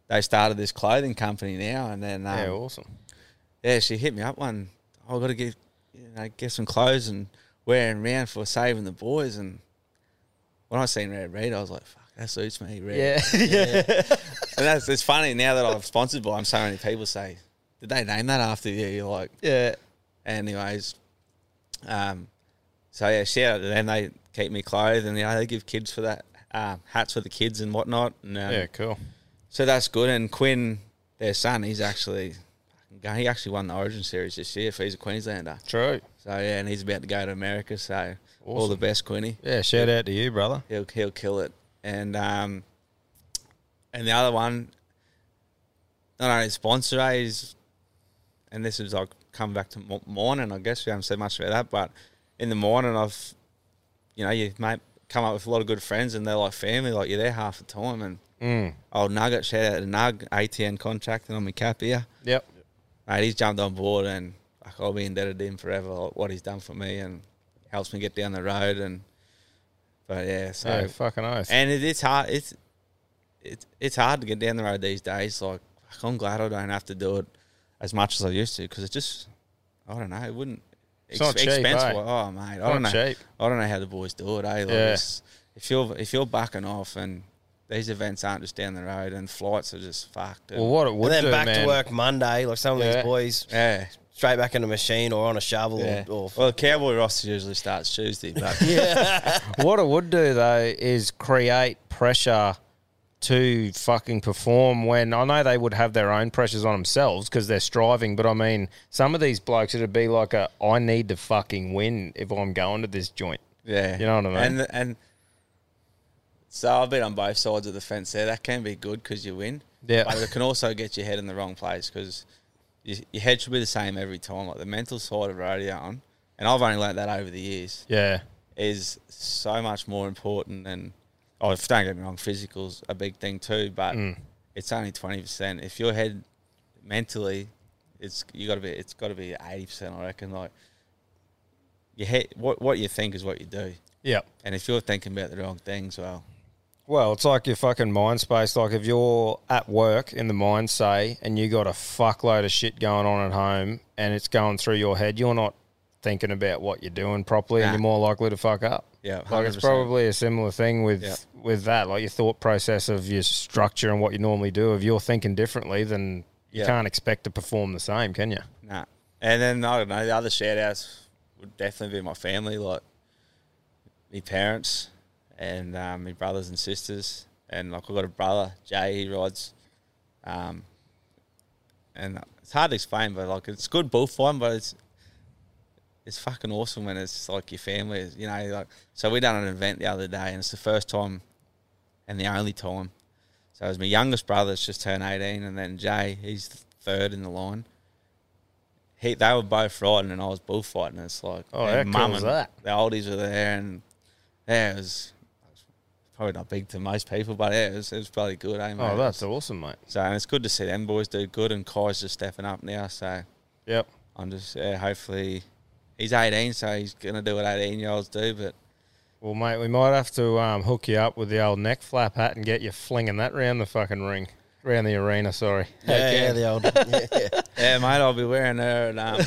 they started this clothing company now, and then um,
yeah, awesome.
yeah, she hit me up one. oh, I got to give, you know, get some clothes and wearing round for saving the boys. And when I seen Red Reed, I was like, "Fuck, that suits me, Red."
Yeah.
and that's it's funny now that I've sponsored by. him, so many people say, "Did they name that after you?" You're like,
yeah.
anyways. Um, so yeah, shout out to them. They keep me clothed, and you know, they give kids for that uh, hats for the kids and whatnot. And, um,
Yeah. Cool.
so that's good. And Quinn, their son, he's actually he actually won the Origin series this year. If he's a Queenslander,
True.
so yeah, and he's about to go to America. So all the best, Quinny.
Yeah. Shout out to you, brother.
He'll he'll kill it. And um, and the other one, not only sponsor eh, is, and this is like come back to mo- morning. I guess we haven't said much about that, but in the morning I've, you know, you mate come up with a lot of good friends and they're like family. Like you're there half the time. And old Nugget shout out to Nug ATN contract and I'm in cap here.
Yep.
Mate, he's jumped on board and like, I'll be indebted to him forever. Like, what he's done for me and helps me get down the road and. But yeah, so
Yeah. Fucking oath.
and it, it's hard. It's it's it's hard to get down the road these days. Like fuck, I'm glad I don't have to do it as much as I used to because it just I don't know. It wouldn't.
It's not cheap, eh?
Oh mate, I don't know.
not cheap.
I don't know how the boys do it. Eh? Like,
Yeah.
it's- If you're if you're bucking off and these events aren't just down the road, and flights are just fucked. and-
Well, what it would
And then
do,
back
man,
to work Monday, like some of
Yeah.
these boys,
yeah,
straight back in the machine or on a shovel
yeah.
or, or
well, the cowboy roster usually starts Tuesday, but
What it would do though is create pressure to fucking perform when I know they would have their own pressures on themselves because they're striving, but I mean, some of these blokes it'd be like a I need to fucking win if I'm going to this joint.
yeah,
You know what I mean?
And and so I've been on both sides of the fence there. That can be good because you win,
Yeah.
but it can also get your head in the wrong place because your, your head should be the same every time. Like the mental side of rodeo, on, and I've only learnt that over the years.
Yeah.
is so much more important than. Oh, if- don't get me wrong, physical's a big thing too, but
Mm.
it's only twenty percent. If your head mentally, it's you got to be. It's got to be eighty percent, I reckon. Like your head, what what you think is what you do,
Yeah.
and if you're thinking about the wrong things, well,
Well, it's like your fucking mind space. Like if you're at work in the mind, say, and you got a fuckload of shit going on at home and it's going through your head, you're not thinking about what you're doing properly and
Nah.
you're more likely to fuck up.
Yeah,
Like it's
100%.
probably a similar thing with
Yeah.
with that. Like your thought process of your structure and what you normally do. If you're thinking differently, then you
Yeah.
can't expect to perform the same, can you?
Nah. And then I don't know, the other shout outs would definitely be my family, like my parents and um, my brothers and sisters. And like I've got a brother, Jay, he rides. Um, and it's hard to explain, but like it's good bullfighting, but it's it's fucking awesome when it's like your family, you know. Like so, we done an event the other day, and it's the first time and the only time. So it was my youngest brother's just turned eighteen, and then Jay, he's third in the line he they were both riding and I was bullfighting. It's like
Oh,
their
how cool
mum
is
and
that?
The oldies were there and yeah, it was probably not big to most people, but yeah, it was, it was probably good. Eh, mate?
Oh, that's awesome, mate.
so and it's good to see them boys do good and Kai's just stepping up now. So
Yep.
I'm just yeah, hopefully he's 18, so he's gonna do what 18 year olds do. But
Well, mate, we might have to um, hook you up with the old neck flap hat and get you flinging that round the fucking ring, round the arena. Sorry.
yeah, yeah, the old yeah, yeah.
yeah, mate, I'll be wearing her. At, um,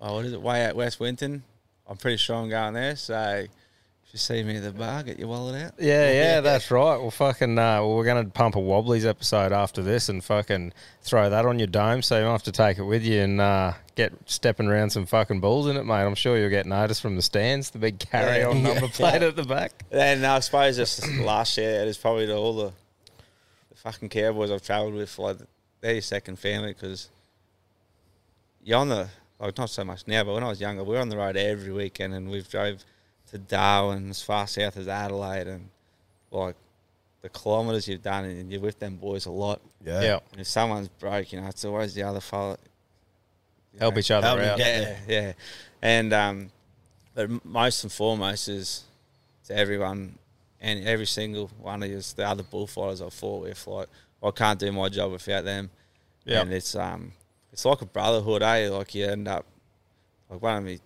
oh, what is it? Way out West Winton. I'm pretty sure I'm going there. So if you see me at the bar, get your wallet out.
Yeah, yeah, that's right. Well, fucking, uh, well, we're going to pump a Wobblies episode after this and fucking throw that on your dome so you don't have to take it with you and uh, get stepping around some fucking bulls in it, mate. I'm sure you'll get noticed from the stands, the big carry on number plate at the back.
And I suppose just last year it is probably to all the, the fucking cowboys I've travelled with. Like they're your second family because you're on the like not so much now, but when I was younger, we were on the road every weekend, and we've drove to Darwin as far south as Adelaide, and like the kilometres you've done, and you're with them boys a lot.
Yeah.
And if someone's broke, you know, it's always the other fella
Help each other
Help me
out.
get-
yeah, yeah. And um, but m- most and foremost is to everyone and every single one of us, the other bullfighters I fought with. Like I can't do my job without them.
Yeah.
and it's um, it's like a brotherhood, eh? Like you end up like one of my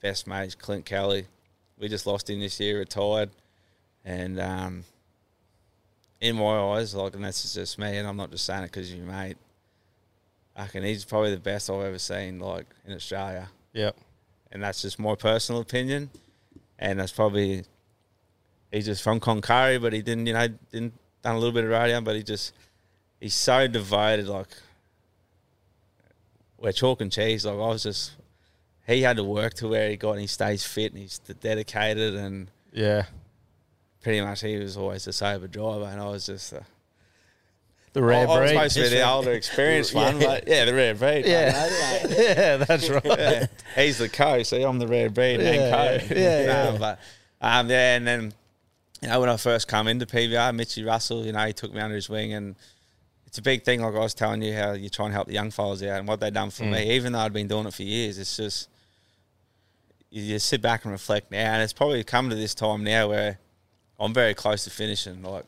best mates, Clint Kelly. We just lost him this year, retired, and um, in my eyes, like, and that's just me, and I'm not just saying it because you mate. I can. He's probably the best I've ever seen, like in Australia,
Yep.
and that's just my personal opinion. And that's probably he's just from Konkari, but he didn't, you know, didn't done a little bit of radio, but he just he's so devoted. Like we're chalk and cheese. Like I was just, he had to work to where he got, and he stays fit, and he's dedicated, and
Yeah.
pretty much he was always the sober driver, and I was just. Uh,
The rare
I, I was
breed.
supposed to be the older, experienced one, but yeah, the rare breed.
Yeah.
I know, mate.
yeah, that's right.
Yeah. He's the co, so I'm the red breed
Yeah,
and co.
yeah,
No, But um, yeah, and then you know when I first come into PBR, Mitchy Russell, you know, he took me under his wing, and it's a big thing. Like I was telling you, how you try and help the young fellas out, and what they done for
Mm.
me, even though I'd been doing it for years, it's just you, you sit back and reflect now, and it's probably come to this time now where I'm very close to finishing, like,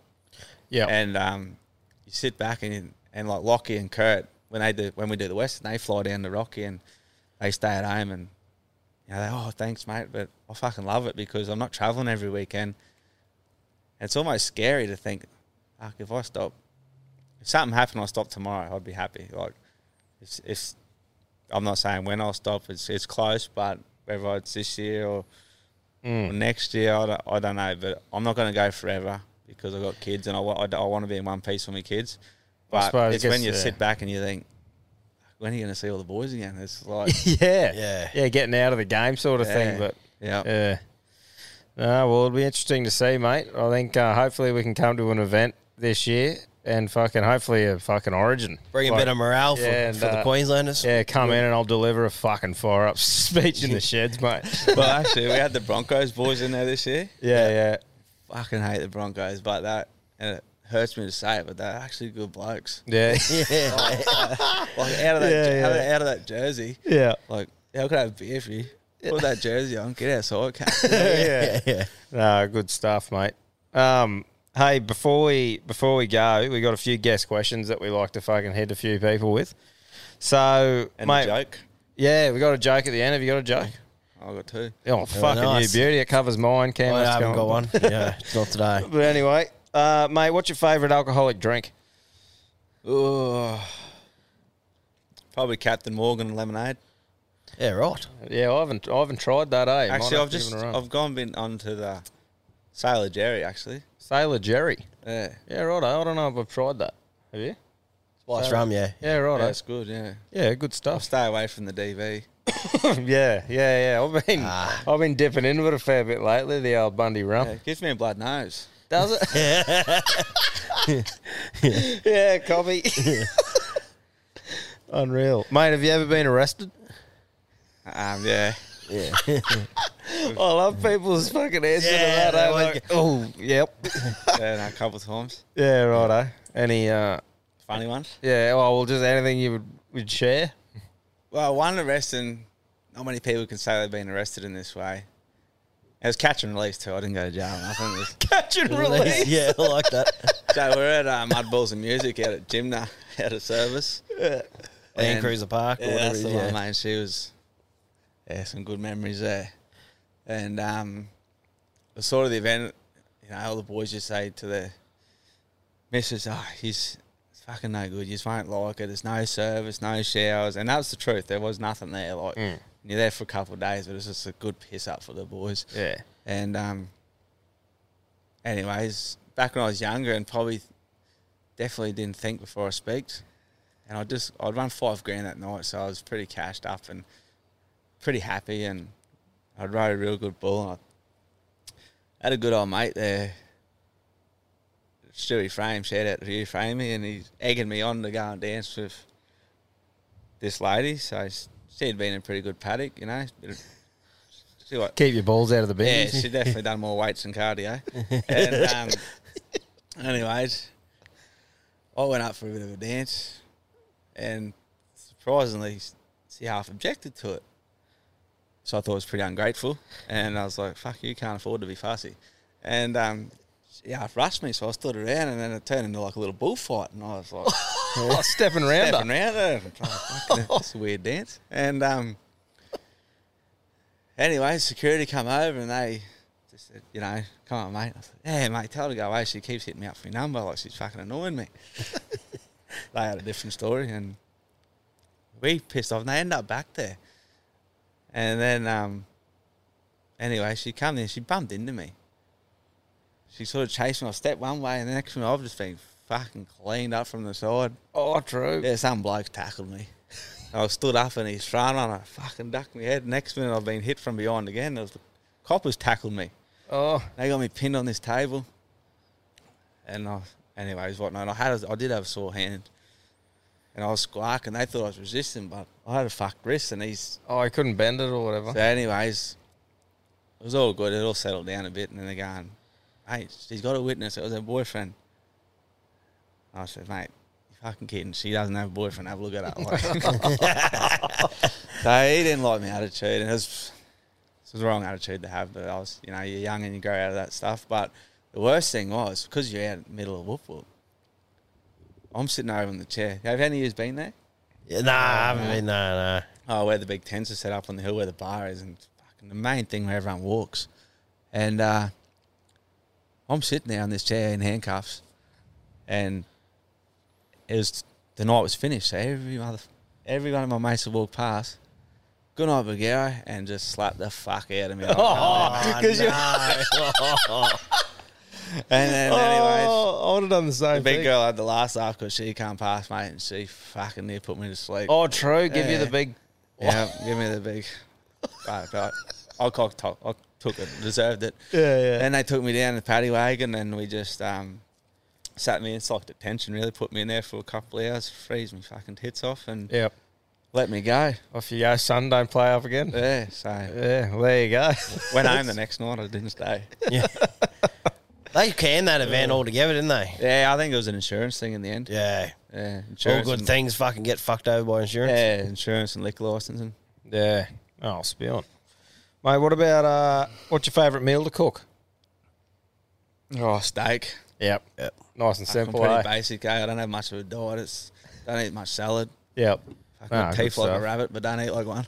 Yeah.
and um, you sit back and and like Lockie and Kurt when they do when we do the Western, they fly down to Rocky and they stay at home and you know, they, oh, thanks, mate, but I fucking love it because I'm not traveling every weekend. And it's almost scary to think, fuck, if I stop, if something happened, I stop tomorrow, I'd be happy. Like, it's, it's I'm not saying when I'll stop, it's, it's close, but whether
Mm.
it's this year or, or next year, I don't, I don't know, but I'm not going to go forever because I've got kids and I, wa- I, want to be in one piece with my kids.
I
But
suppose it
it's when
gets-
you
yeah.
sit back and you think, when are you going to see all the boys again? It's like,
yeah,
Yeah.
yeah, getting out of the game sort of
Yeah.
thing. But
yeah,
yeah, no, well, it'll be interesting to see, mate. I think uh, hopefully we can come to an event this year and fucking hopefully a fucking Origin.
Bring a
Like,
bit of morale for,
yeah, and,
for the
uh,
Queenslanders.
Yeah, come in and I'll deliver a fucking fire up speech in the sheds, mate.
well, actually, we had the Broncos boys in there this year.
yeah, yeah.
Fucking hate the Broncos, but that and it hurts me to say it, but they're actually good blokes.
Yeah.
Like out of that,
Yeah,
Out, of,
yeah.
out of that jersey,
yeah.
like how could I have beer for you? Put that jersey on, get outside, cat.
yeah, yeah. No, good stuff, mate. Um, hey, before we before we go, we got a few guest questions that we like to fucking hit a few people with. So,
and
mate,
a joke.
yeah, we got a joke at the end. Have you got a joke?
I got two.
Oh, fucking
nice.
you beauty! It covers mine. Cam,
I
that's
haven't
gone.
got one. Yeah, it's not today.
But anyway, uh, mate, what's your favourite alcoholic drink?
Probably Captain Morgan and lemonade.
Yeah, right.
Yeah, I haven't I haven't tried that. Eh, Might
Actually,
have
I've
to give
just
it a run.
I've gone been onto the Sailor Jerry actually.
Sailor Jerry.
Yeah,
Yeah, right. I don't know if I've tried that. Have you?
Spice rum, yeah.
Yeah, right.
that's good. Yeah,
Yeah, good stuff.
stay away from the DV.
Yeah, yeah, yeah. I've been I've been dipping into it a fair bit lately. The old Bundy rum.
Yeah, gives me a blood nose.
Does it? yeah. copy. Unreal, mate. Have you ever been arrested?
Um, yeah,
I love people's fucking answer
Yeah,
to that.
they
eh?
like-
Like, oh, yep.
yeah, no, a couple of times.
Yeah, righto. Any? uh
Funny one.
Yeah. Well, well, just anything you would would share.
Well, one arrest, and not many people can say they've been arrested in this way. It was catch and release too. I didn't go to jail. I think it was.
Catch and release.
Yeah, I like that.
so we're at uh, Mud Balls and Music out at Gymna, out of service.
Land Cruiser Park or
Yeah,
whatever it
that's
is.
the
yeah.
one, mate. She was, yeah, some good memories there. And um, the sort of the event, you know, all the boys just say to the missus, oh, he's it's fucking no good. You just won't like it. There's no service, no showers. And that was the truth. There was nothing there. Like,
Mm.
you're there for a couple of days, but it's just a good piss up for the boys.
Yeah.
And um, anyways, back when I was younger and probably definitely didn't think before I speaked. And I just I'd run five grand that night, so I was pretty cashed up and pretty happy and I'd rode a real good bull and I had a good old mate there. Stewie Frame, shout out to you, Framey, and he's egging me on to go and dance with this lady. So she'd been a pretty good paddock, you know. bit of- She got
Keep your balls out of the
yeah,
bin.
she definitely done more weights than cardio. and um, anyways, I went up for a bit of a dance, and surprisingly, she half objected to it. So I thought it was pretty ungrateful, and I was like, "Fuck, you can't afford to be fussy." And um, she half rushed me, so I stood around, and then it turned into like a little bullfight, and I was like.
Oh, stepping round.
Stepping around her. and trying to fucking- It's a weird dance. And um, anyway, security come over and they just said, you know, come on, mate. I said, yeah, mate, tell her to go away. She keeps hitting me up for your number. Like, she's fucking annoying me. they had a different story and we pissed off and they end up back there. And then, um, anyway, she come in, she bumped into me. She sort of chased me. I stepped one way, and the next one, I've just been fucking cleaned up from the side.
Oh, true.
Yeah, some bloke tackled me. I stood up and he's thrown on. I fucking ducked my head. Next minute, I've been hit from behind again. There was the coppers tackled me.
Oh,
They got me pinned on this table. And I, anyways, whatnot. I had, a, I did have a sore hand, and I was squawking. They thought I was resisting, but I had a fucked wrist, and he's
oh, I couldn't bend it or whatever.
so, anyways, it was all good. It all settled down a bit, and then they're going, "Hey, she's got a witness. It was her boyfriend." I said, "Mate, you fucking kidding? She doesn't have a boyfriend. Have a look at her." Like, so he didn't like my attitude, and it was it was the wrong attitude to have. But I was, you know, you're young and you grow out of that stuff. But the worst thing was because you're out in the middle of whoop whoop. I'm sitting over in the chair. Have any of you been there?
Yeah, Nah, I haven't been. Nah, nah.
oh, where the big tents are set up on the hill where the bar is, and fucking the main thing where everyone walks. And uh, I'm sitting there on this chair in handcuffs, and it was the night was finished. So every mother, every one of my mates would walk past. Good night, Bagheera,
Oh,
and just slap the fuck out of me.
Oh, no.
And then, anyways,
Oh, I would have done the same
the big uh,
thing.
girl had the last laugh because she can't pass, mate, and she fucking near put me to sleep.
Oh, true. Give you
Yeah.
the big.
Yeah, give me the big. Right, right. I cock talk. I took it, deserved it.
Yeah, yeah.
Then they took me down the paddy wagon, and we just um, sat me. It's like the tension really put me in there for a couple of hours, freeze me fucking tits off, and
Yeah.
let me go.
Off you go, son. Don't play up again. Yeah.
Yeah, so
well, there you go.
went home the next night. I didn't stay.
They canned that event altogether, didn't they?
Yeah, I think it was an insurance thing in the end.
Yeah.
Yeah,
All
insurance
good
and,
things fucking get fucked over by insurance.
Yeah, insurance and liquor licensing.
yeah. Oh, spill on. Mate, what about uh, what's your favourite meal to cook?
Oh, steak.
Yep. Yep. Nice and
I'm
simple.
pretty
eh?
basic. Eh? I don't have much of a diet. It's don't eat much salad.
Yep.
I
No,
got
Ah, good
teeth like
stuff.
a rabbit, but don't eat like one.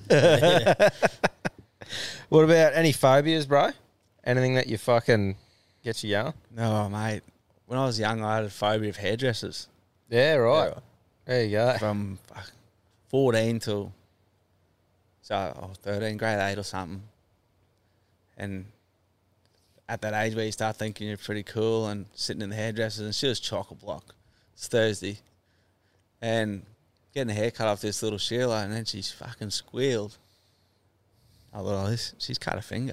What about any phobias, bro? Anything that you fucking gets you going?
no, mate. When I was young, I had a phobia of hairdressers
Yeah, right. There you go.
from fuck, 14 till so oh, 13, grade 8 or something. And at that age where you start thinking you're pretty cool and sitting in the hairdressers, and she was chock a block. It's Thursday. And getting a haircut off this little Sheila, and then she's fucking squealed. I thought, oh, this, she's cut a finger.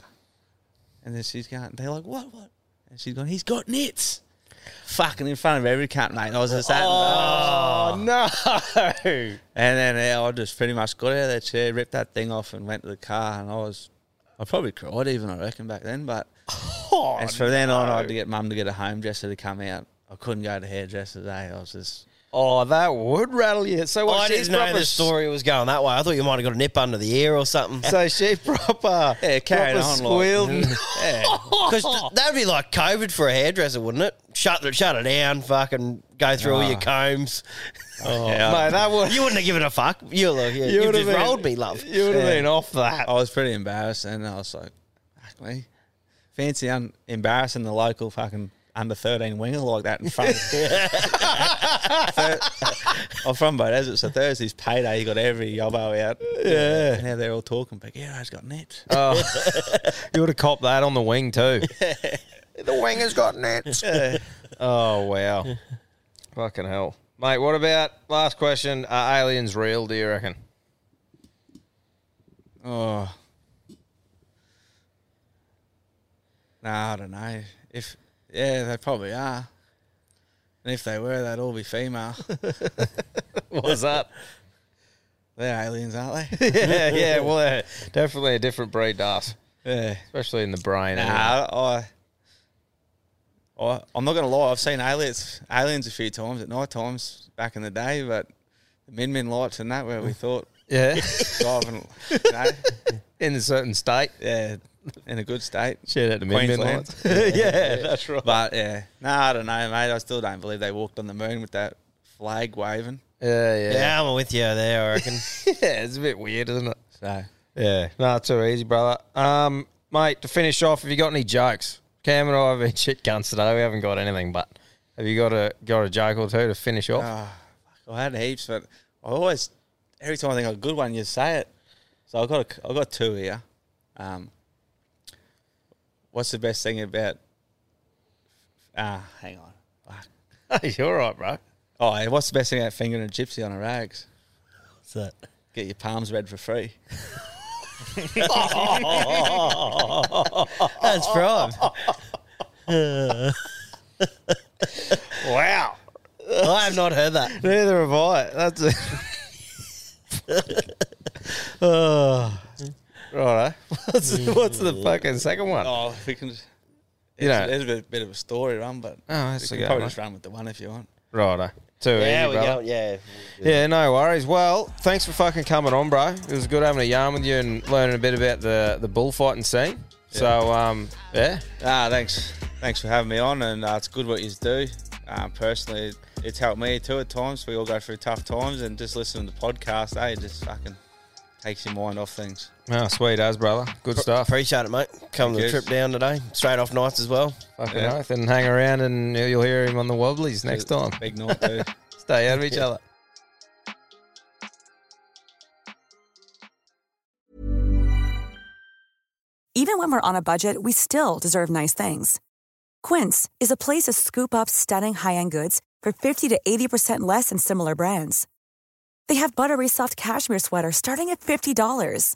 And then she's going, they're like, what, what? And she's going, he's got nits. Fucking in front of every cunt, mate. I was just at,
Oh, no.
and then yeah, I just pretty much got out of that chair, ripped that thing off, and went to the car. And I was, I probably cried even, I reckon, back then. But and from then on, I had to get mum to get a home dresser to come out. I couldn't go to hairdressers. Eh? I was just,
Oh, that would rattle you. So what,
I
she's
didn't know
proper
the story was going that way. I thought you might have got a nip under the ear or something.
So she proper,
Yeah, carried
proper
on like-
squealed.
yeah.
Because that'd be like COVID for a hairdresser, wouldn't it? Shut it, shut it down. Fucking go through all your combs.
yeah,
Oh. Mate, that would
You wouldn't have given a fuck. You look, you, you
would
just
have been-
rolled me, love.
you would have been off that.
I was pretty embarrassed, and I was like, fuck me. Fancy un- embarrassing the local fucking under 13 winger like that in front. Thur- I'm from Bow Desert, so Thursday's payday, you got every yobbo out. Yeah. And now they're all talking, but yeah, has got net.
oh. You would have copped that on the wing too. the wing has got nets. oh wow, fucking hell, mate. What about last question? Are aliens real? Do you reckon?
Oh. Nah, I don't know. If, yeah, they probably are. And if they were, they'd all be female.
What's up?
they're aliens, aren't they?
yeah, yeah. Well, they're definitely a different breed to us,
Yeah.
especially in the brain. anyway.
Nah, I, I, I'm not gonna lie. I've seen aliens, aliens a few times at night times back in the day, but the min min lights and that where we thought
Yeah,
driving, you know,
in a certain state.
yeah, in a good state.
Shit at the mid
Queensland.
midnight. yeah, that's right.
But yeah, no, I don't know, mate. I still don't believe they walked on the moon with that flag waving.
Yeah, yeah, yeah.
Yeah, I'm with you there. I reckon.
it's a bit weird, isn't it?
So
Yeah, no, too easy, brother. Um, mate, to finish off, have you got any jokes? Cam and I have been shit guns today. We haven't got anything, but have you got a got a joke or two to finish off?
I had heaps, but I always, every time I think of a good one, you say it. So I got a, I got two here. Um, what's the best thing about? Ah, hang on. Fuck.
Hey, you're all right, bro.
Oh, hey, what's the best thing about fingering a gypsy on a rags?
What's that?
Get your palms read for free.
That's prime.
Wow.
I have not heard that.
Neither have I. That's it. oh. Right, what's, what's the fucking second one? Oh,
Oh, if we can. It's,
You know-
there's a bit, bit of a story run, but
Oh, that's
you
a
can
good
probably
one.
just run with the one if you want.
Righto. Too
Yeah,
easy,
we
brother.
go. Yeah.
Yeah, no worries. Well, thanks for fucking coming on, bro. It was good having a yarn with you and learning a bit about the the bullfighting scene. So, um, yeah,
Ah, thanks. Thanks for having me on, and uh, it's good what you do. Uh, personally, it's helped me too at times. We all go through tough times, and just listening to podcasts, eh, it just fucking takes your mind off things.
oh, sweet as brother. Good stuff.
Appreciate it, mate. Come to the
Yes.
trip down today. Straight off nights as well.
Fucking
Yeah.
oath. And hang around, and you'll hear him on the Wobblies next time.
Big night, too.
Stay out of each other.
Even when we're on a budget, we still deserve nice things. Quince is a place to scoop up stunning high-end goods for 50 to 80% less than similar brands. They have buttery soft cashmere sweaters starting at $50,